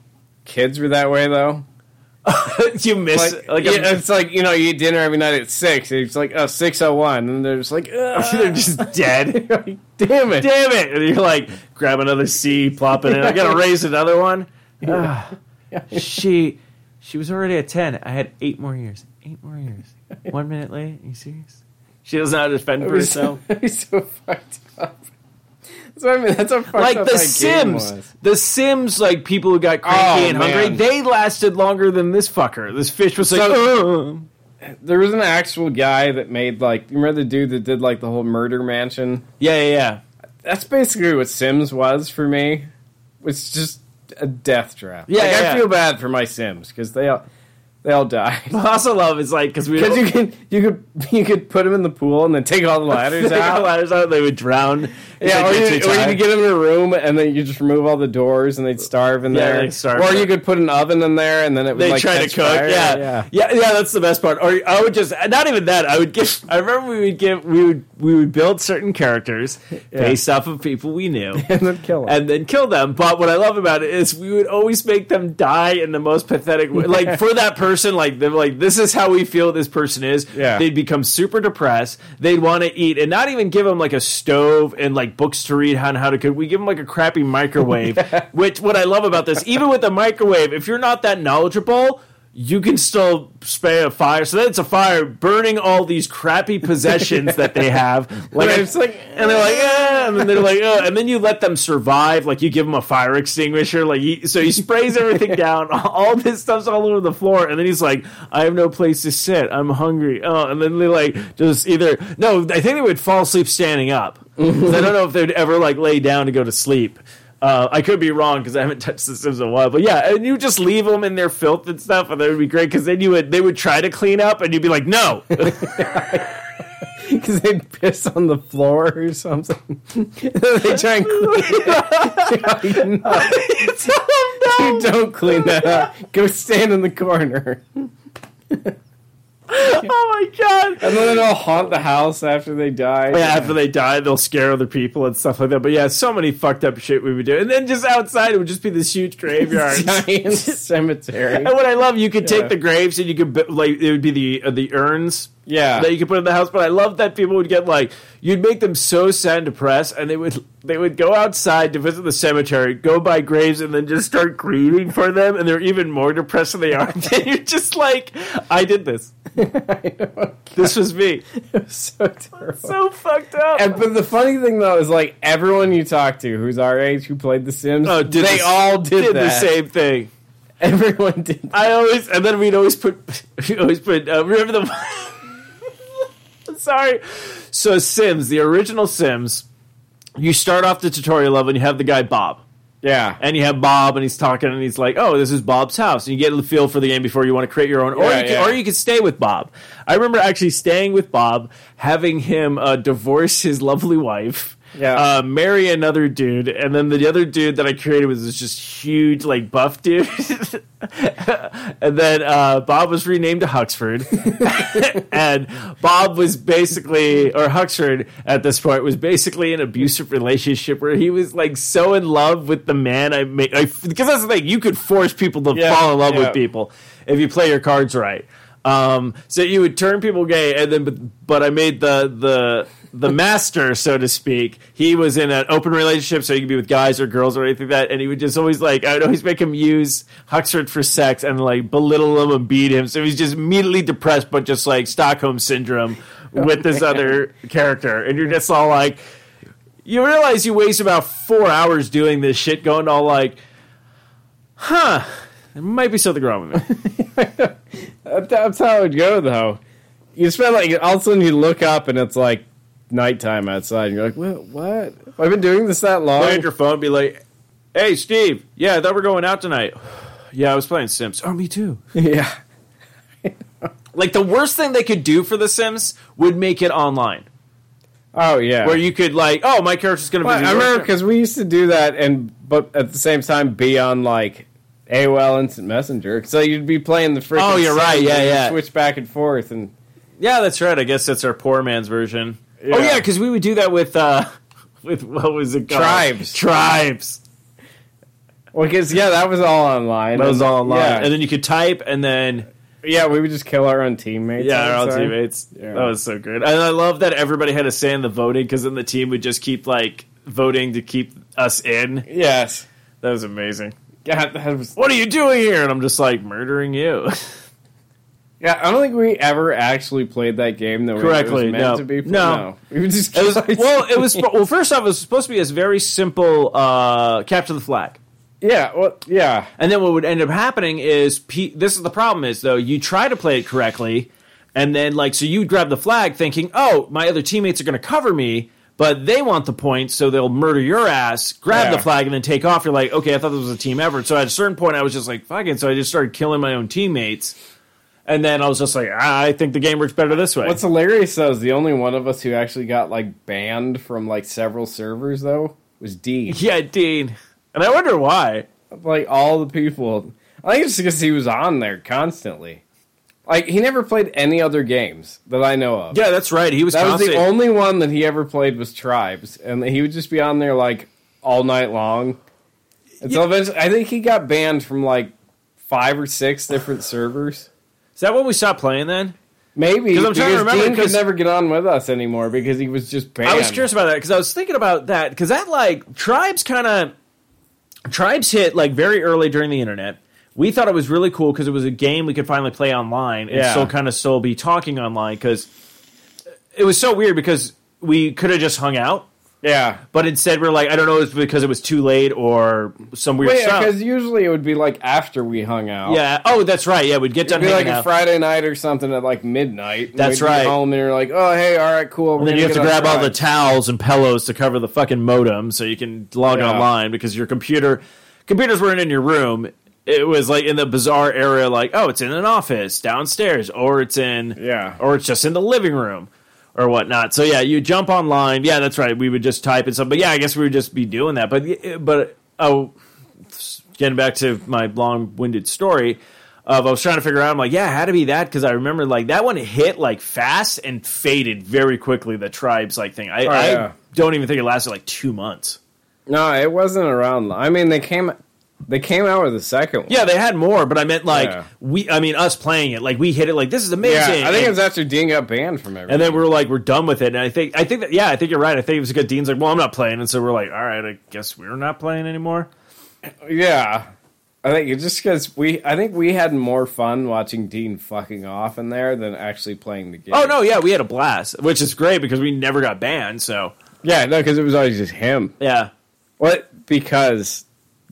kids were that way though? you miss Like, like, um, yeah, I'm- it's like you know you eat dinner every night at six. And it's like oh six oh one, and they're just like "Ugh." (laughs) (laughs) they're just dead. Like, damn it. Damn it! And you're like, grab another C, plop it in. I gotta raise another one. Ah. she she was already at ten. I had eight more years. Eight more years. One minute late. Are you serious? She doesn't know how to defend It was (laughs) herself. it was so fucked up. That's what I mean. That's how fucked like up the that game Sims. was. The Sims, like people who got cranky Oh, and hungry, man. they lasted longer than this fucker. This fish was like, "Uh." So- There was an actual guy that made like you remember the dude that did like the whole murder mansion. yeah, yeah, yeah. That's basically what Sims was for me. It's just a death trap. Yeah, like, yeah, I yeah. feel bad for my Sims because they all they all died. (laughs) But I also love is (laughs) like because we Because you can you could you could put them in the pool and then (laughs) take all the ladders They got (laughs) out. ladders out, they would drown. Yeah, or They get you, or you too tired. could get them in a room and then you just remove all the doors and they'd starve in Yeah, there. they'd starve. or you could put an oven in there and then it would they like try to catch cook. fire. Yeah. yeah, yeah, That's the best part. Or I would just not even that. I would give. I remember we would give. We would we would build certain characters based off of people we (laughs) knew. (laughs) and then kill them. and then kill them. But what I love about it is we would always make them die in the most pathetic way. (laughs) Like for that person, like they're like this is how we feel this person is. Yeah. They'd become super depressed. They'd want to eat and not even give them like a stove and like books to read on how to cook. We give them like a crappy (laughs) microwave. Which what I love about this, even with the microwave, if you're not that knowledgeable. You can still spare a fire, so then it's a fire burning all these crappy possessions that they have. Like (laughs) Right, a- it's like- eh. and they're like, yeah, and then they're like, oh, and then you let them survive. Like you give them a fire extinguisher, like he, so he sprays everything down. All this stuff's all over the floor, and then he's like, I have no place to sit. I'm hungry. Oh, and then they like just either no, I think they would fall asleep standing up. 'Cause I don't know if they'd ever like lay down to go to sleep. Uh, I could be wrong because I haven't (laughs) touched the Sims in a while, but yeah, and you just leave them in their filth and stuff, and that would be great because then you would they would try to clean up, and you'd be like, no, (laughs) because (laughs) they piss on the floor or something. (laughs) they try and clean it. (laughs) no, (laughs) you don't clean that up. Go stand in the corner, oh my god, and then they'll haunt the house after they die. Yeah, after they die, they'll scare other people and stuff like that. But yeah, so many fucked up shit we would do. And then just outside, it would just be this huge (laughs) graveyard. and giant cemetery. what I love, you could Yeah. take the graves and you could bu- like it would be the uh, the urns. (laughs) (laughs) Yeah, That you could put in the house, but I love that people would get like you'd make them so sad and depressed, and they would they would go outside to visit the cemetery, go by graves, and then just start grieving for them, and they're even more depressed than they are. (laughs) and you're just like, I did this. This was (laughs) me. so terrible. So fucked up. And but the funny thing though is like everyone you talk to who's our age who played The Sims, Oh, did they the- all did, did the that. same thing. (laughs) Everyone did. That. I always and then we'd always put (laughs) we always put uh, remember the (laughs) sorry. So Sims, the original Sims, you start off the tutorial level and you have the guy Bob. Yeah, And you have Bob and he's talking and he's like, Oh, this is Bob's house and you get a feel for the game before you want to create your own or Yeah, you can, yeah. or you could stay with Bob. I remember actually staying with Bob, having him uh, divorce his lovely wife. Yeah. Uh, marry another dude, and then the other dude that I created was this just huge, like buff dude. (laughs) and then uh, Bob was renamed to (laughs) Huxford, and Bob was basically, or Huxford at this point was basically an abusive relationship where he was like so in love with the man I made. Because that's the thing, you could force people to Yeah, fall in love yeah. with people if you play your cards right. Um, so you would turn people gay, and then but, but I made the the the master, so to speak, he was in an open relationship, so he could be with guys or girls or anything like that, and he would just always like I would always make him use Huxford for sex and like belittle him and beat him. So he's just immediately depressed, but just like Stockholm syndrome with this other character, and you're just all like, you realize you waste about four hours doing this shit, going all like, huh. There might be something wrong with me. That- That's how it would go, though. You spend like all of a sudden you look up and it's like nighttime outside, and you're like, "What? What? I've been doing this that long." Play on your phone, be like, "Hey, Steve, yeah, I thought we are going out tonight. (sighs) yeah, I was playing Sims. Oh, me too. (laughs) yeah, Like the worst thing they could do for The Sims would make it online, Oh yeah. where you could like, oh, my character's gonna be. Well, I remember because we used to do that, and but at the same time be on like AOL Instant Messenger. So you'd be playing the freaking. Oh, you're right, Sims yeah, and you'd yeah. Switch back and forth, and yeah, that's right. I guess that's our poor man's version. Oh yeah, because we would do that with uh (laughs) with what was it called? Tribes. Tribes. well, because yeah, that was all online. That was all online, Yeah, and then you could type, and then yeah, we would just kill our own teammates. Yeah, our all old the time. teammates. Yeah. That was so good. And I love that everybody had a say in the voting because then the team would just keep like voting to keep us in. Yes. That was amazing. Yeah, that was. What are you doing here? And I'm just like murdering you. (laughs) Yeah, I don't think we ever actually played that game that Correctly, It was meant no. to be. No. (laughs) we would just. It was, well, it was well. First off, it was supposed to be this very simple uh, capture the flag. yeah, well, yeah, And then what would end up happening is pe- this is the problem is though you try to play it correctly, and then like so you grab the flag thinking oh my other teammates are going to cover me, but they want the points so they'll murder your ass, grab Yeah. the flag and then take off. You're like okay I thought this was a team effort. So at a certain point I was just like fuck it. So I just started killing my own teammates, and then I was just like ah, I think the game works better this way. What's hilarious though is the only one of us who actually got like banned from like several servers though was D. yeah, Dean, and I wonder why. Like all the people, I think it's because he was on there constantly. Like he never played any other games that I know of. Yeah, that's right. He was that was constantly- the only one that he ever played was Tribes, and he would just be on there like all night long. And so eventually, I think he got banned from like five or (sighs) six different servers. Is that when we stopped playing then? Maybe 'Cause I'm trying to because remember, Dean could 'cause- never get on with us anymore because he was just banned. I was curious about that because I was thinking about that because that like tribes kind of tribes hit like very early during the internet. We thought it was really cool because it was a game we could finally play online and Yeah. still kind of still be talking online because it was so weird because we could have just hung out, Yeah, but instead we're like, I don't know, it's because it was too late or some weird Well, yeah, stuff. because usually it would be like after we hung out. Yeah. Oh, that's right. Yeah, we'd get done It'd be like hanging a out. Friday night or something at like midnight. and That's we'd be right. Home and you're like, oh hey, all right, cool. And then you have to grab all the towels and pillows to cover the fucking modem so you can log Yeah. online because your computer computers weren't in your room. It was like in the bizarre area, like oh, it's in an office downstairs, or it's in Yeah. or it's just in the living room or whatnot. So yeah, you jump online. Yeah, that's right. We would just type in something. But yeah, I guess we would just be doing that. But but oh, getting back to my long-winded story of I was trying to figure out. I'm like, yeah, it had to be that because I remember like that one hit like fast and faded very quickly. The tribes like thing. I, I Oh, yeah. don't even think it lasted like two months. No, it wasn't around. I mean, they came, they came out with the second one. Yeah, they had more, but I meant like Yeah. we. I mean, us playing it like we hit it like this is Yeah, amazing. I think it And- was after Dean got banned from everything. And then we were like, we're done with it. And I think, I think that, yeah, I think you're right. I think it was a good. Dean's like, well, I'm not playing. And so we're like, all right, I guess we're not playing anymore. yeah, I think it's just because we, I think we had more fun watching Dean fucking off in there than actually playing the game. Oh no, yeah, we had a blast, which is great because we never got banned. So yeah, no, because it was always just him. (laughs) yeah, What? Because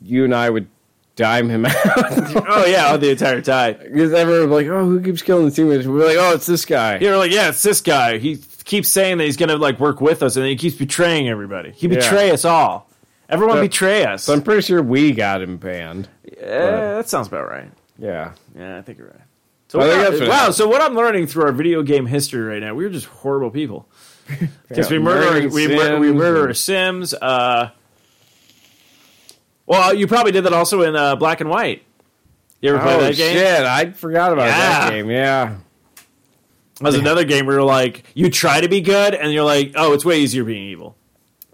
you and I would dime him (laughs) out. oh yeah, all the entire time. Because everyone was like, oh, who keeps killing the teammates? We're like, oh, it's this guy. You were like, yeah, it's this guy. He keeps saying that he's gonna like work with us, and then he keeps betraying everybody. He Yeah. betray us all. Everyone So- betray us. So I'm pretty sure we got him banned. Eh, that sounds about right. Yeah. Yeah, I think you're right. So I what think I'm- that's what wow. happened. So what I'm learning through our video game history right now, we're just horrible (laughs) people. Because we Yeah, murder, murdering we, mur- we Sims murder and- Sims. Uh, well, you probably did that also in uh, Black and White. You ever play Oh, that game? shit. I forgot about Yeah. that game. Yeah. That was another game where you're like, you try to be good, and you're like, oh, it's way easier being evil.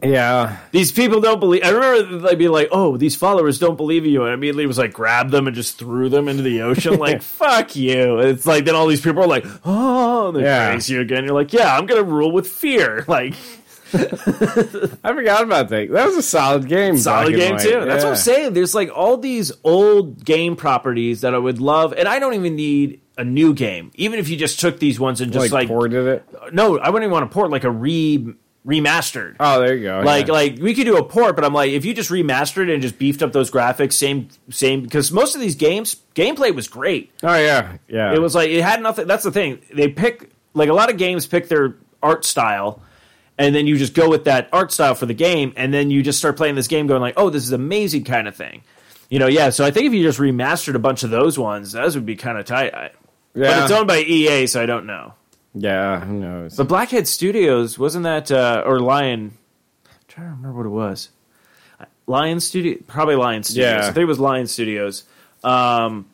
Yeah. These people don't believe. I remember they'd be like, "Oh, these followers don't believe you," and I immediately was like, grabbed them and just threw them into the ocean. (laughs) like, fuck you! And It's like then all these people are like, "Oh," and they Yeah. praise you again. You're like, "Yeah, I'm gonna rule with fear." (laughs) Like, I forgot about that. That was a solid game. solid black and game white. too. That's what Yeah. I'm saying. There's like all these old game properties that I would love, and I don't even need a new game. Even if you just took these ones and just Like, like, ported it. no, I wouldn't even want to port like a re remastered. Oh, there you go. Like yeah. like we could do a port, but I'm like if you just remastered it and just beefed up those graphics, same same because most of these games gameplay was great. oh yeah, yeah. It was like it had nothing. That's the thing they pick like a lot of games pick their art style, and then you just go with that art style for the game, and then you just start playing this game going like, oh, this is amazing kind of thing. You know, yeah. So I think if you just remastered a bunch of those ones, those would be kind of tight. I, But Yeah. it's owned by EA, so I don't know. yeah. Who knows? Oh, But Blackhead Studios wasn't that uh, or Lion? I'm trying to remember what it was. Lion Studio, probably Lion Studios. Yeah. I think it was Lion Studios. Um,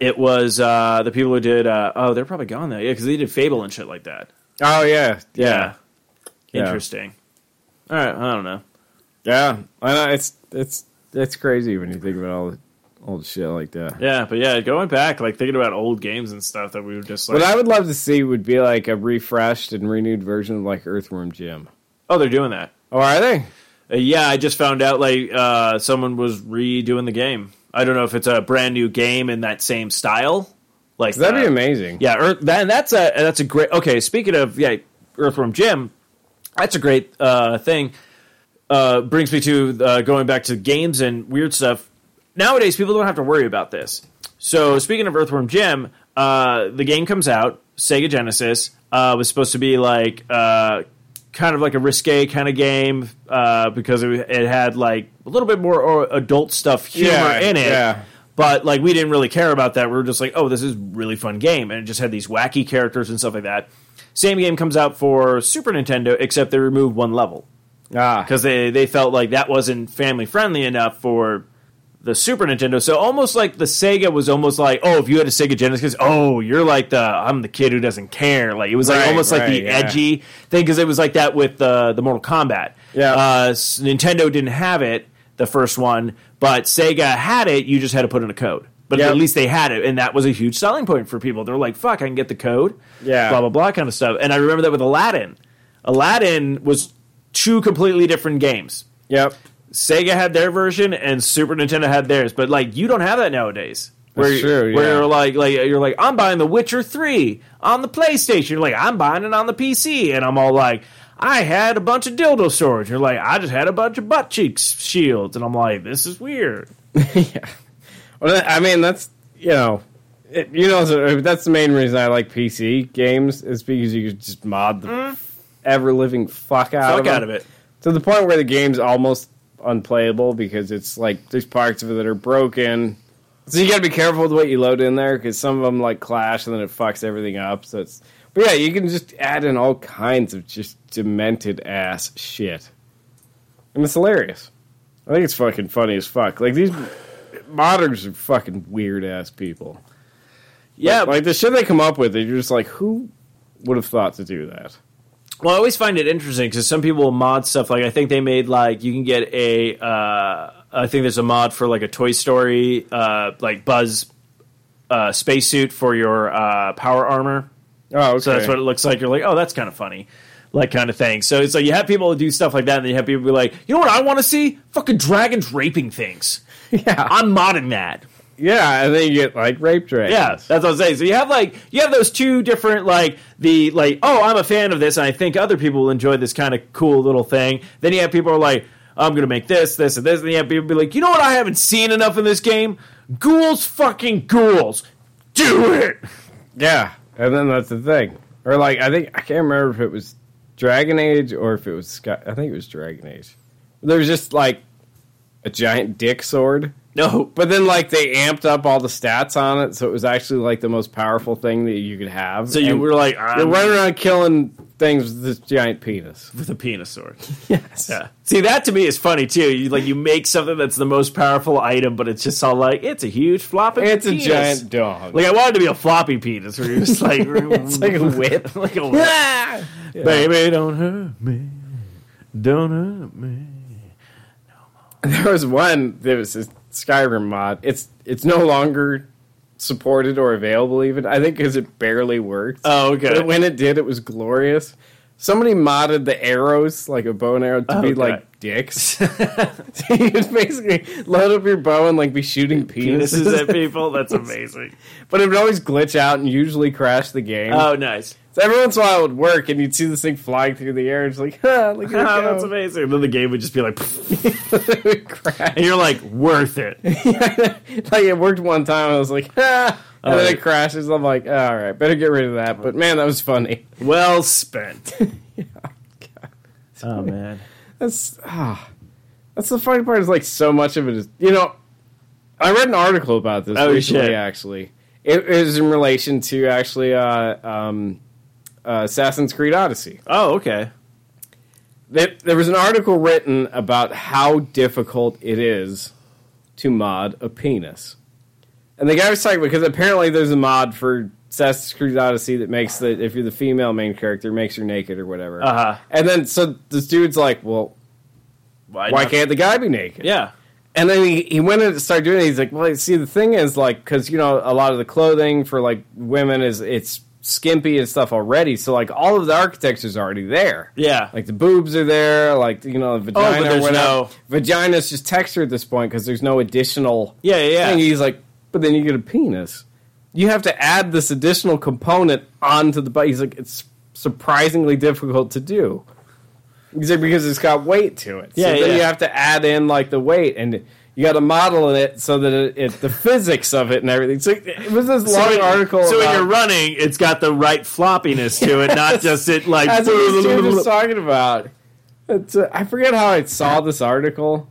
it was uh, the people who did. Uh, oh, they're probably gone though. Yeah, because they did Fable and shit like that. Oh yeah, yeah, Yeah. interesting. All right, I don't know. yeah. I know it's it's it's crazy when you think about all the old shit like that. Yeah, but yeah, going back, like thinking about old games and stuff that we were just like, What I would love to see would be like a refreshed and renewed version of like Earthworm Jim. oh, they're doing that. Oh, are they? Uh, yeah, I just found out like uh, someone was redoing the game. I don't know if it's a brand new game in that same style. Like That'd be uh, amazing. Yeah, Earth, that, and that's a and that's a great. Okay, speaking of yeah, Earthworm Jim, that's a great uh, thing. Uh, brings me to uh, going back to games and weird stuff. Nowadays, people don't have to worry about this. So, speaking of Earthworm Jim, uh, the game comes out. Sega Genesis uh, was supposed to be like uh, kind of like a risque kind of game uh, because it, it had like a little bit more or- adult stuff humor Yeah, in it. yeah. But like we didn't really care about that. We were just like, oh, this is really fun game, and it just had these wacky characters and stuff like that. Same game comes out for Super Nintendo, except they removed one level Ah, because they they felt like that wasn't family friendly enough for the Super Nintendo. So almost like the Sega was almost like, oh, if you had a Sega Genesis, oh, you're like the I'm the kid who doesn't care. Like it was like Right, almost like the right, yeah. edgy thing because it was like that with the the Mortal Kombat. Yeah. uh, s- Nintendo didn't have it the first one, but Sega had it. You just had to put in a code. But Yeah. at least they had it, and that was a huge selling point for people. They're like, "Fuck, I can get the code." Yeah. blah blah blah, kind of stuff. And I remember that with Aladdin. Aladdin was two completely different games. yep. Sega had their version and Super Nintendo had theirs, but like you don't have that nowadays. Where, That's true, where yeah. you're like, like you're like, I'm buying The Witcher Three on the PlayStation. You're like, I'm buying it on the PC, and I'm all like, I had a bunch of dildo swords. You're like, I just had a bunch of butt cheeks shields, and I'm like, this is weird. Well, that- I mean, that's you know, it, you know, so uh, that's the main reason I like PC games is because you could just mod the ever living fuck out Mm. Fuck of out them. of it. to the point where the game's almost unplayable because it's like there's parts of it that are broken. So you got to be careful with what you load in there because some of them like clash and then it fucks everything up. So it's but yeah, you can just add in all kinds of just demented ass shit, and it's hilarious. I think it's fucking funny as fuck. Like these moderns are fucking weird ass people. Yeah, Like the shit they come up with, you're just like, who would have thought to do that? Well, I always find it interesting because some people mod stuff. Like I think they made like you can get a. Uh, I think there's a mod for like a Toy Story uh, like Buzz uh, spacesuit for your uh, power armor. Oh, okay. So that's what it looks like. You're like, oh, that's kind of funny. Like kind of thing. So it's like you have people do stuff like that, and then you have people be like, you know what I want to see? Fucking dragons raping things. (laughs) Yeah. I'm modding that. Yeah, and then you get like rape dragons. Yeah, that's what I'm saying. So you have like you have those two different like the like oh I'm a fan of this and I think other people will enjoy this kind of cool little thing. Then you have people who are like I'm gonna make this this and this. And you have people be like you know what I haven't seen enough in this game. Ghouls fucking ghouls, do it. (laughs) Yeah, and then that's the thing. Or like, I think I can't remember if it was Dragon Age or if it was Sky. I think it was Dragon Age. There was just like a giant dick sword, No, but then like they amped up all the stats on it, so it was actually like the most powerful thing that you could have. so you And were like you're I'm running around killing things with this giant penis. with a penis (laughs) sword. Yes. Yeah. See that to me is funny too. You like you make something that's the most powerful item, but it's just all like it's a huge flopping. It's a penis. giant dog. Like I wanted to be a floppy penis, where you're (laughs) just (laughs) like it's like a whip. Ah. like a whip. baby don't hurt me Don't hurt me. There was one that was a Skyrim mod. It's it's no longer supported or available even. I think because it barely worked. Oh, okay. But when it did, it was glorious. Somebody modded the arrows, like a bow and arrow, to Oh, be God. like dicks. (laughs) so you just basically load up your bow and like be shooting penises, Penises at people. (laughs) That's amazing. but it would always glitch out and usually crash the game. Oh, nice. So every once in a while it would work, and you'd see this thing flying through the air. And it's like, huh, look at Ah, (laughs) that. that's amazing. Then the game would just be like, (laughs) (laughs) it would crash. and you're like, worth it. (laughs) (laughs) like it worked one time. I was like, (laughs) ah, and then Alright. it crashes. I'm like, all right, better get rid of that. But man, that was funny. Well (laughs) spent. Oh man. That's ah, that's the funny part. Is like so much of it is you know. I read an article about this Oh, recently. shit. Actually, it, it was in relation to actually uh, um, uh, Assassin's Creed Odyssey. (laughs) Oh, okay. There, there was an article written about how difficult it is to mod a penis. And the guy was talking because apparently there's a mod for Assassin's Creed Odyssey that makes that if you're the female main character, makes her naked or whatever. Uh-huh. And then so this dude's like, well, why not? can't the guy be naked? Yeah. And then he, he went in to start doing it. He's like, well, see, the thing is, like, because, you know, a lot of the clothing for, like, women is, it's skimpy and stuff already. So, like, all of the architecture's already there. Yeah. Like the boobs are there, like you know, the Oh, but vagina or there's whatever. no- Vagina's just texture at this point because there's no additional. Yeah, yeah, yeah. Thing. He's like, but then you get a penis. You have to add this additional component onto the body. He's like, it's surprisingly difficult to do. He's like, because it's got weight to it. Yeah, so then yeah. you have to add in like the weight and. You got to model it so that it, it the physics of it and everything. So it was this long when- article. So when about- you're running, it's got the right floppiness to it, (laughs) not just it like. (laughs) That's what this dude (laughs) was talking about. It's, uh, I forget how I saw this article.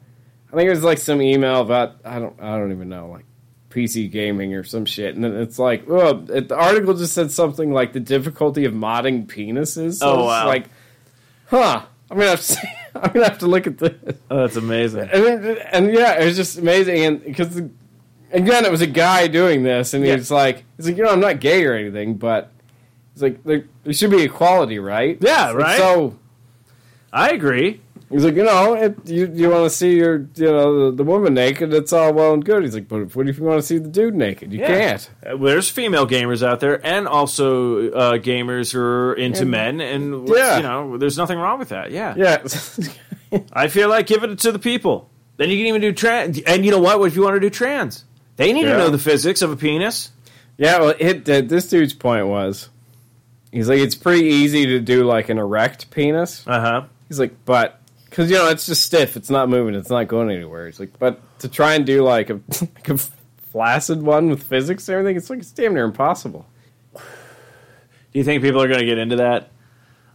I think it was like some email about I don't I don't even know like PC gaming or some shit. And then it's like, oh, it, the article just said something like the difficulty of modding penises. So Oh, it's wow. Like, huh? I'm gonna have to. (laughs) I'm gonna have to look at this. Oh, that's amazing. And, it- and yeah, it was just amazing. And because again, it was a guy doing this, and he Yeah. was like, he's like, you know, I'm not gay or anything, but he's like, there, there should be equality, right? Yeah, It's right? So I agree. he's like, you know, if you you want to see your you know the, the woman naked, it's all well and good. He's like, but if, what if you want to see the dude naked? You Yeah. can't. Uh, There's female gamers out there, and also uh, gamers who are into men, and Yeah. you know, there's nothing wrong with that. Yeah, Yeah. (laughs) I feel like giving it to the people. Then you can even do trans, and you know what? What if you want to do trans? They need Yeah. to know the physics of a penis. Yeah, well, it, uh, this dude's point was, he's like, it's pretty easy to do like an erect penis. Uh huh. He's like, but because you know it's just stiff, it's not moving, it's not going anywhere. He's like, but to try and do like a, (laughs) like a flaccid one with physics and everything, it's like it's damn near impossible. (laughs) Do you think people are going to get into that?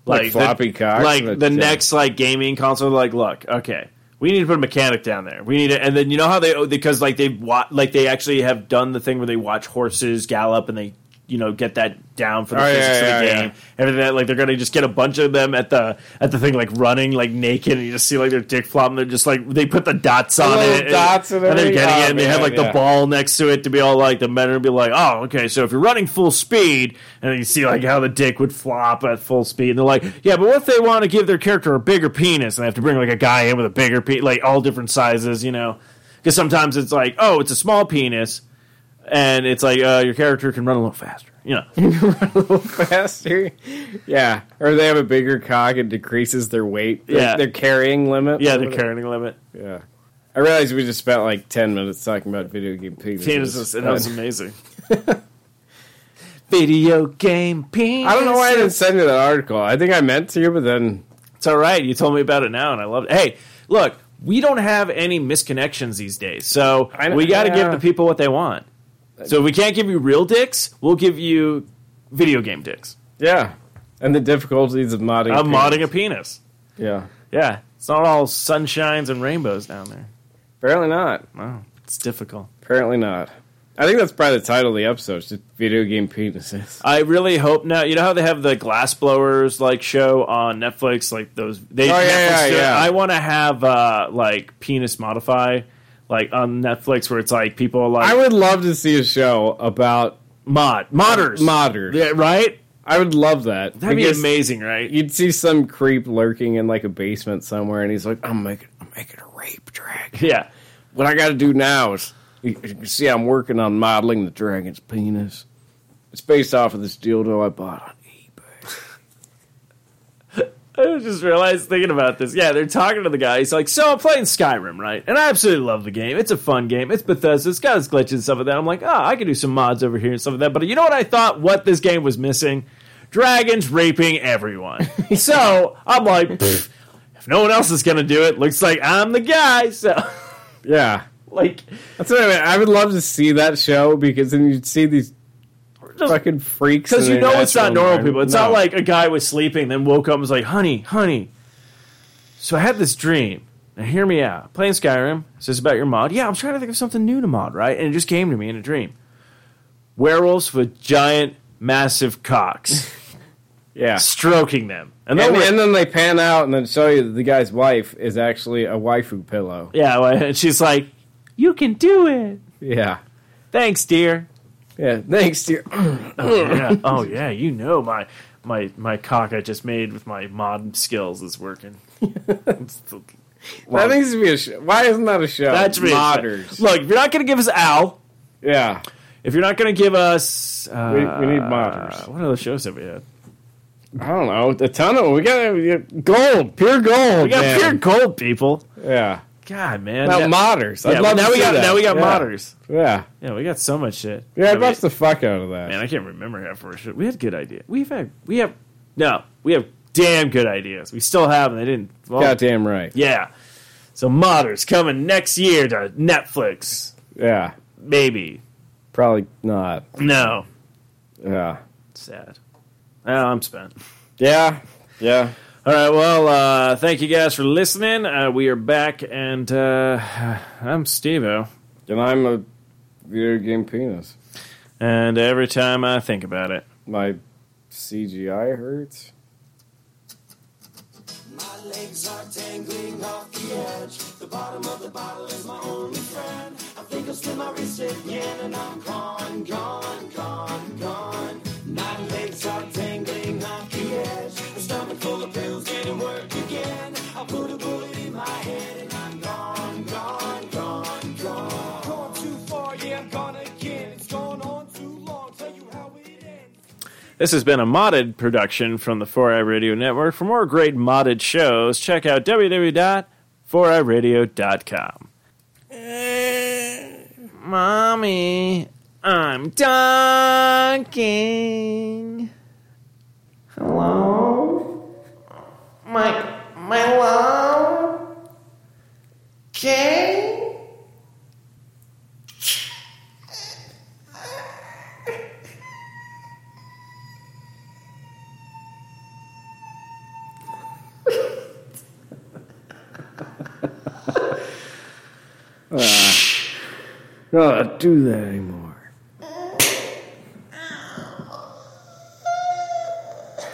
Like the- floppy cocks Like and the shit. next like gaming console. Like, look, okay, we need to put a mechanic down there. We need to, and then you know how they oh, because like they wa- like they actually have done the thing where they watch horses gallop and they you know get that down for the Oh, yeah, physics of the yeah, game. Everything that like they're going to just get a bunch of them at the at the thing like running like naked and you just see like their dick flop and they're just like they put the dots on little it dots and, and and they're everything. getting Oh, it and they have man, like the yeah. ball ball next to it to be all like the men would be like, oh, okay, so if you're running full speed, and then you see like how the dick would flop at full speed, and they're like, yeah, but what if they want to give their character a bigger penis and they have to bring like a guy in with a bigger penis, like all different sizes, you know? Because sometimes it's like, oh, it's a small penis, and it's like uh, your character can run a little faster, you (laughs) know? Faster, yeah. Or they have a bigger cock, it decreases their weight, their, Yeah. their carrying limit. yeah, the carrying limit. Yeah. I realize we just spent like ten minutes talking about video game penises. Penises, and that was (laughs) amazing. Video game penis. I don't know why I didn't send you that article. I think I meant to, but then It's all right. You told me about it now, and I love it. Hey, look, we don't have any misconnections these days, so I know- we got to yeah. give the people what they want. So if we can't give you real dicks, we'll give you video game dicks. yeah. And the difficulties of modding. I'm modding a penis. penis. Yeah. Yeah, it's not all sunshines and rainbows down there. Apparently not. Wow, it's difficult. Apparently not. I think that's probably the title of the episode. Just video game penises. I really hope now. You know how they have the glass blowers like show on Netflix, like those. They, Oh, yeah, Netflix yeah, do it. yeah. I want to have uh, like penis modify, like on Netflix, where it's like people are like I would love to see a show about mod modders. modders. Yeah, right? I would love that. That'd be Because amazing, right? You'd see some creep lurking in like a basement somewhere, and he's like, "I'm making, I'm making a rape dragon. yeah. What I got to do now is, you, you can see, I'm working on modeling the dragon's penis. It's based off of this dildo I bought on eBay. I just realized thinking about this. Yeah, they're talking to the guy. He's like, "So I'm playing Skyrim, right? And I absolutely love the game. It's a fun game. It's Bethesda. It's got its glitches and stuff like that. I'm like, ah, I could do some mods over here and stuff like that. But you know what I thought? What this game was missing? Dragons raping (laughs) everyone. so I'm like, "Pfft, if no one else is gonna do it, looks like I'm the guy. So (laughs) Yeah, like, that's what I mean. I would love to see that show because then you'd see these fucking freaks. because in you their know it's not natural normal environment. people. It's No. not like a guy was sleeping, then woke up and was like, "Honey, honey." So I had this dream. Now hear me out. Playing Skyrim. Is this about your mod? Yeah, I'm trying to think of something new to mod, right? And it just came to me in a dream. Werewolves with giant, massive cocks (laughs) yeah. stroking them, and, And, then and then they pan out and then show you that the guy's wife is actually a waifu pillow. yeah, well, (laughs) and she's like, "You can do it." Yeah. Thanks, dear. Yeah. Thanks, dear. yeah. (laughs) Oh yeah, you know my my my cock I just made with my mod skills is working. (laughs) It's the- That needs to be a show. Why isn't that a show? That's me. Modders. Look, if you're not going to give us Al, Yeah. if you're not going to give us, uh, We, we need modders. What other shows have we had? I don't know. A ton of We got we got gold. Pure gold. We got man. pure gold people. Yeah. God, man. Now, Yeah. modders. I'd Yeah, love now to we see got that. now we got yeah. modders. Yeah. Yeah, we got so much shit. Yeah, I I'd mean, watch the fuck out of that. man, I can't remember half of our shit. We had good ideas. We've had we have no, we have damn good ideas. We still have, and they didn't. Well, Goddamn right. Yeah. So modders coming next year to Netflix, Yeah. maybe. Probably not. No, Yeah. sad. Oh, I'm spent. Yeah. Yeah. All right. Well, uh, thank you guys for listening. Uh, we are back, and uh, I'm Stevo. And I'm a video game penis. And every time I think about it, My CGI hurts. My legs are tangling off the edge. The bottom of the bottle is my only friend. I think I'll slit my wrist again, and I'm gone, gone, gone, gone. My legs are tangling off the edge. The stomach full of pills didn't work again. I put a bullet in my head, and I'm gone, gone, gone, gone. Gone too far, yeah, I'm gone again. It's gone on too long. Tell you how it ends. This has been a modded production from the 4i Radio Network. For more great modded shows, check out www.4iradio.com. mommy, I'm talking. Hello? My, my love? Okay? Not do that anymore.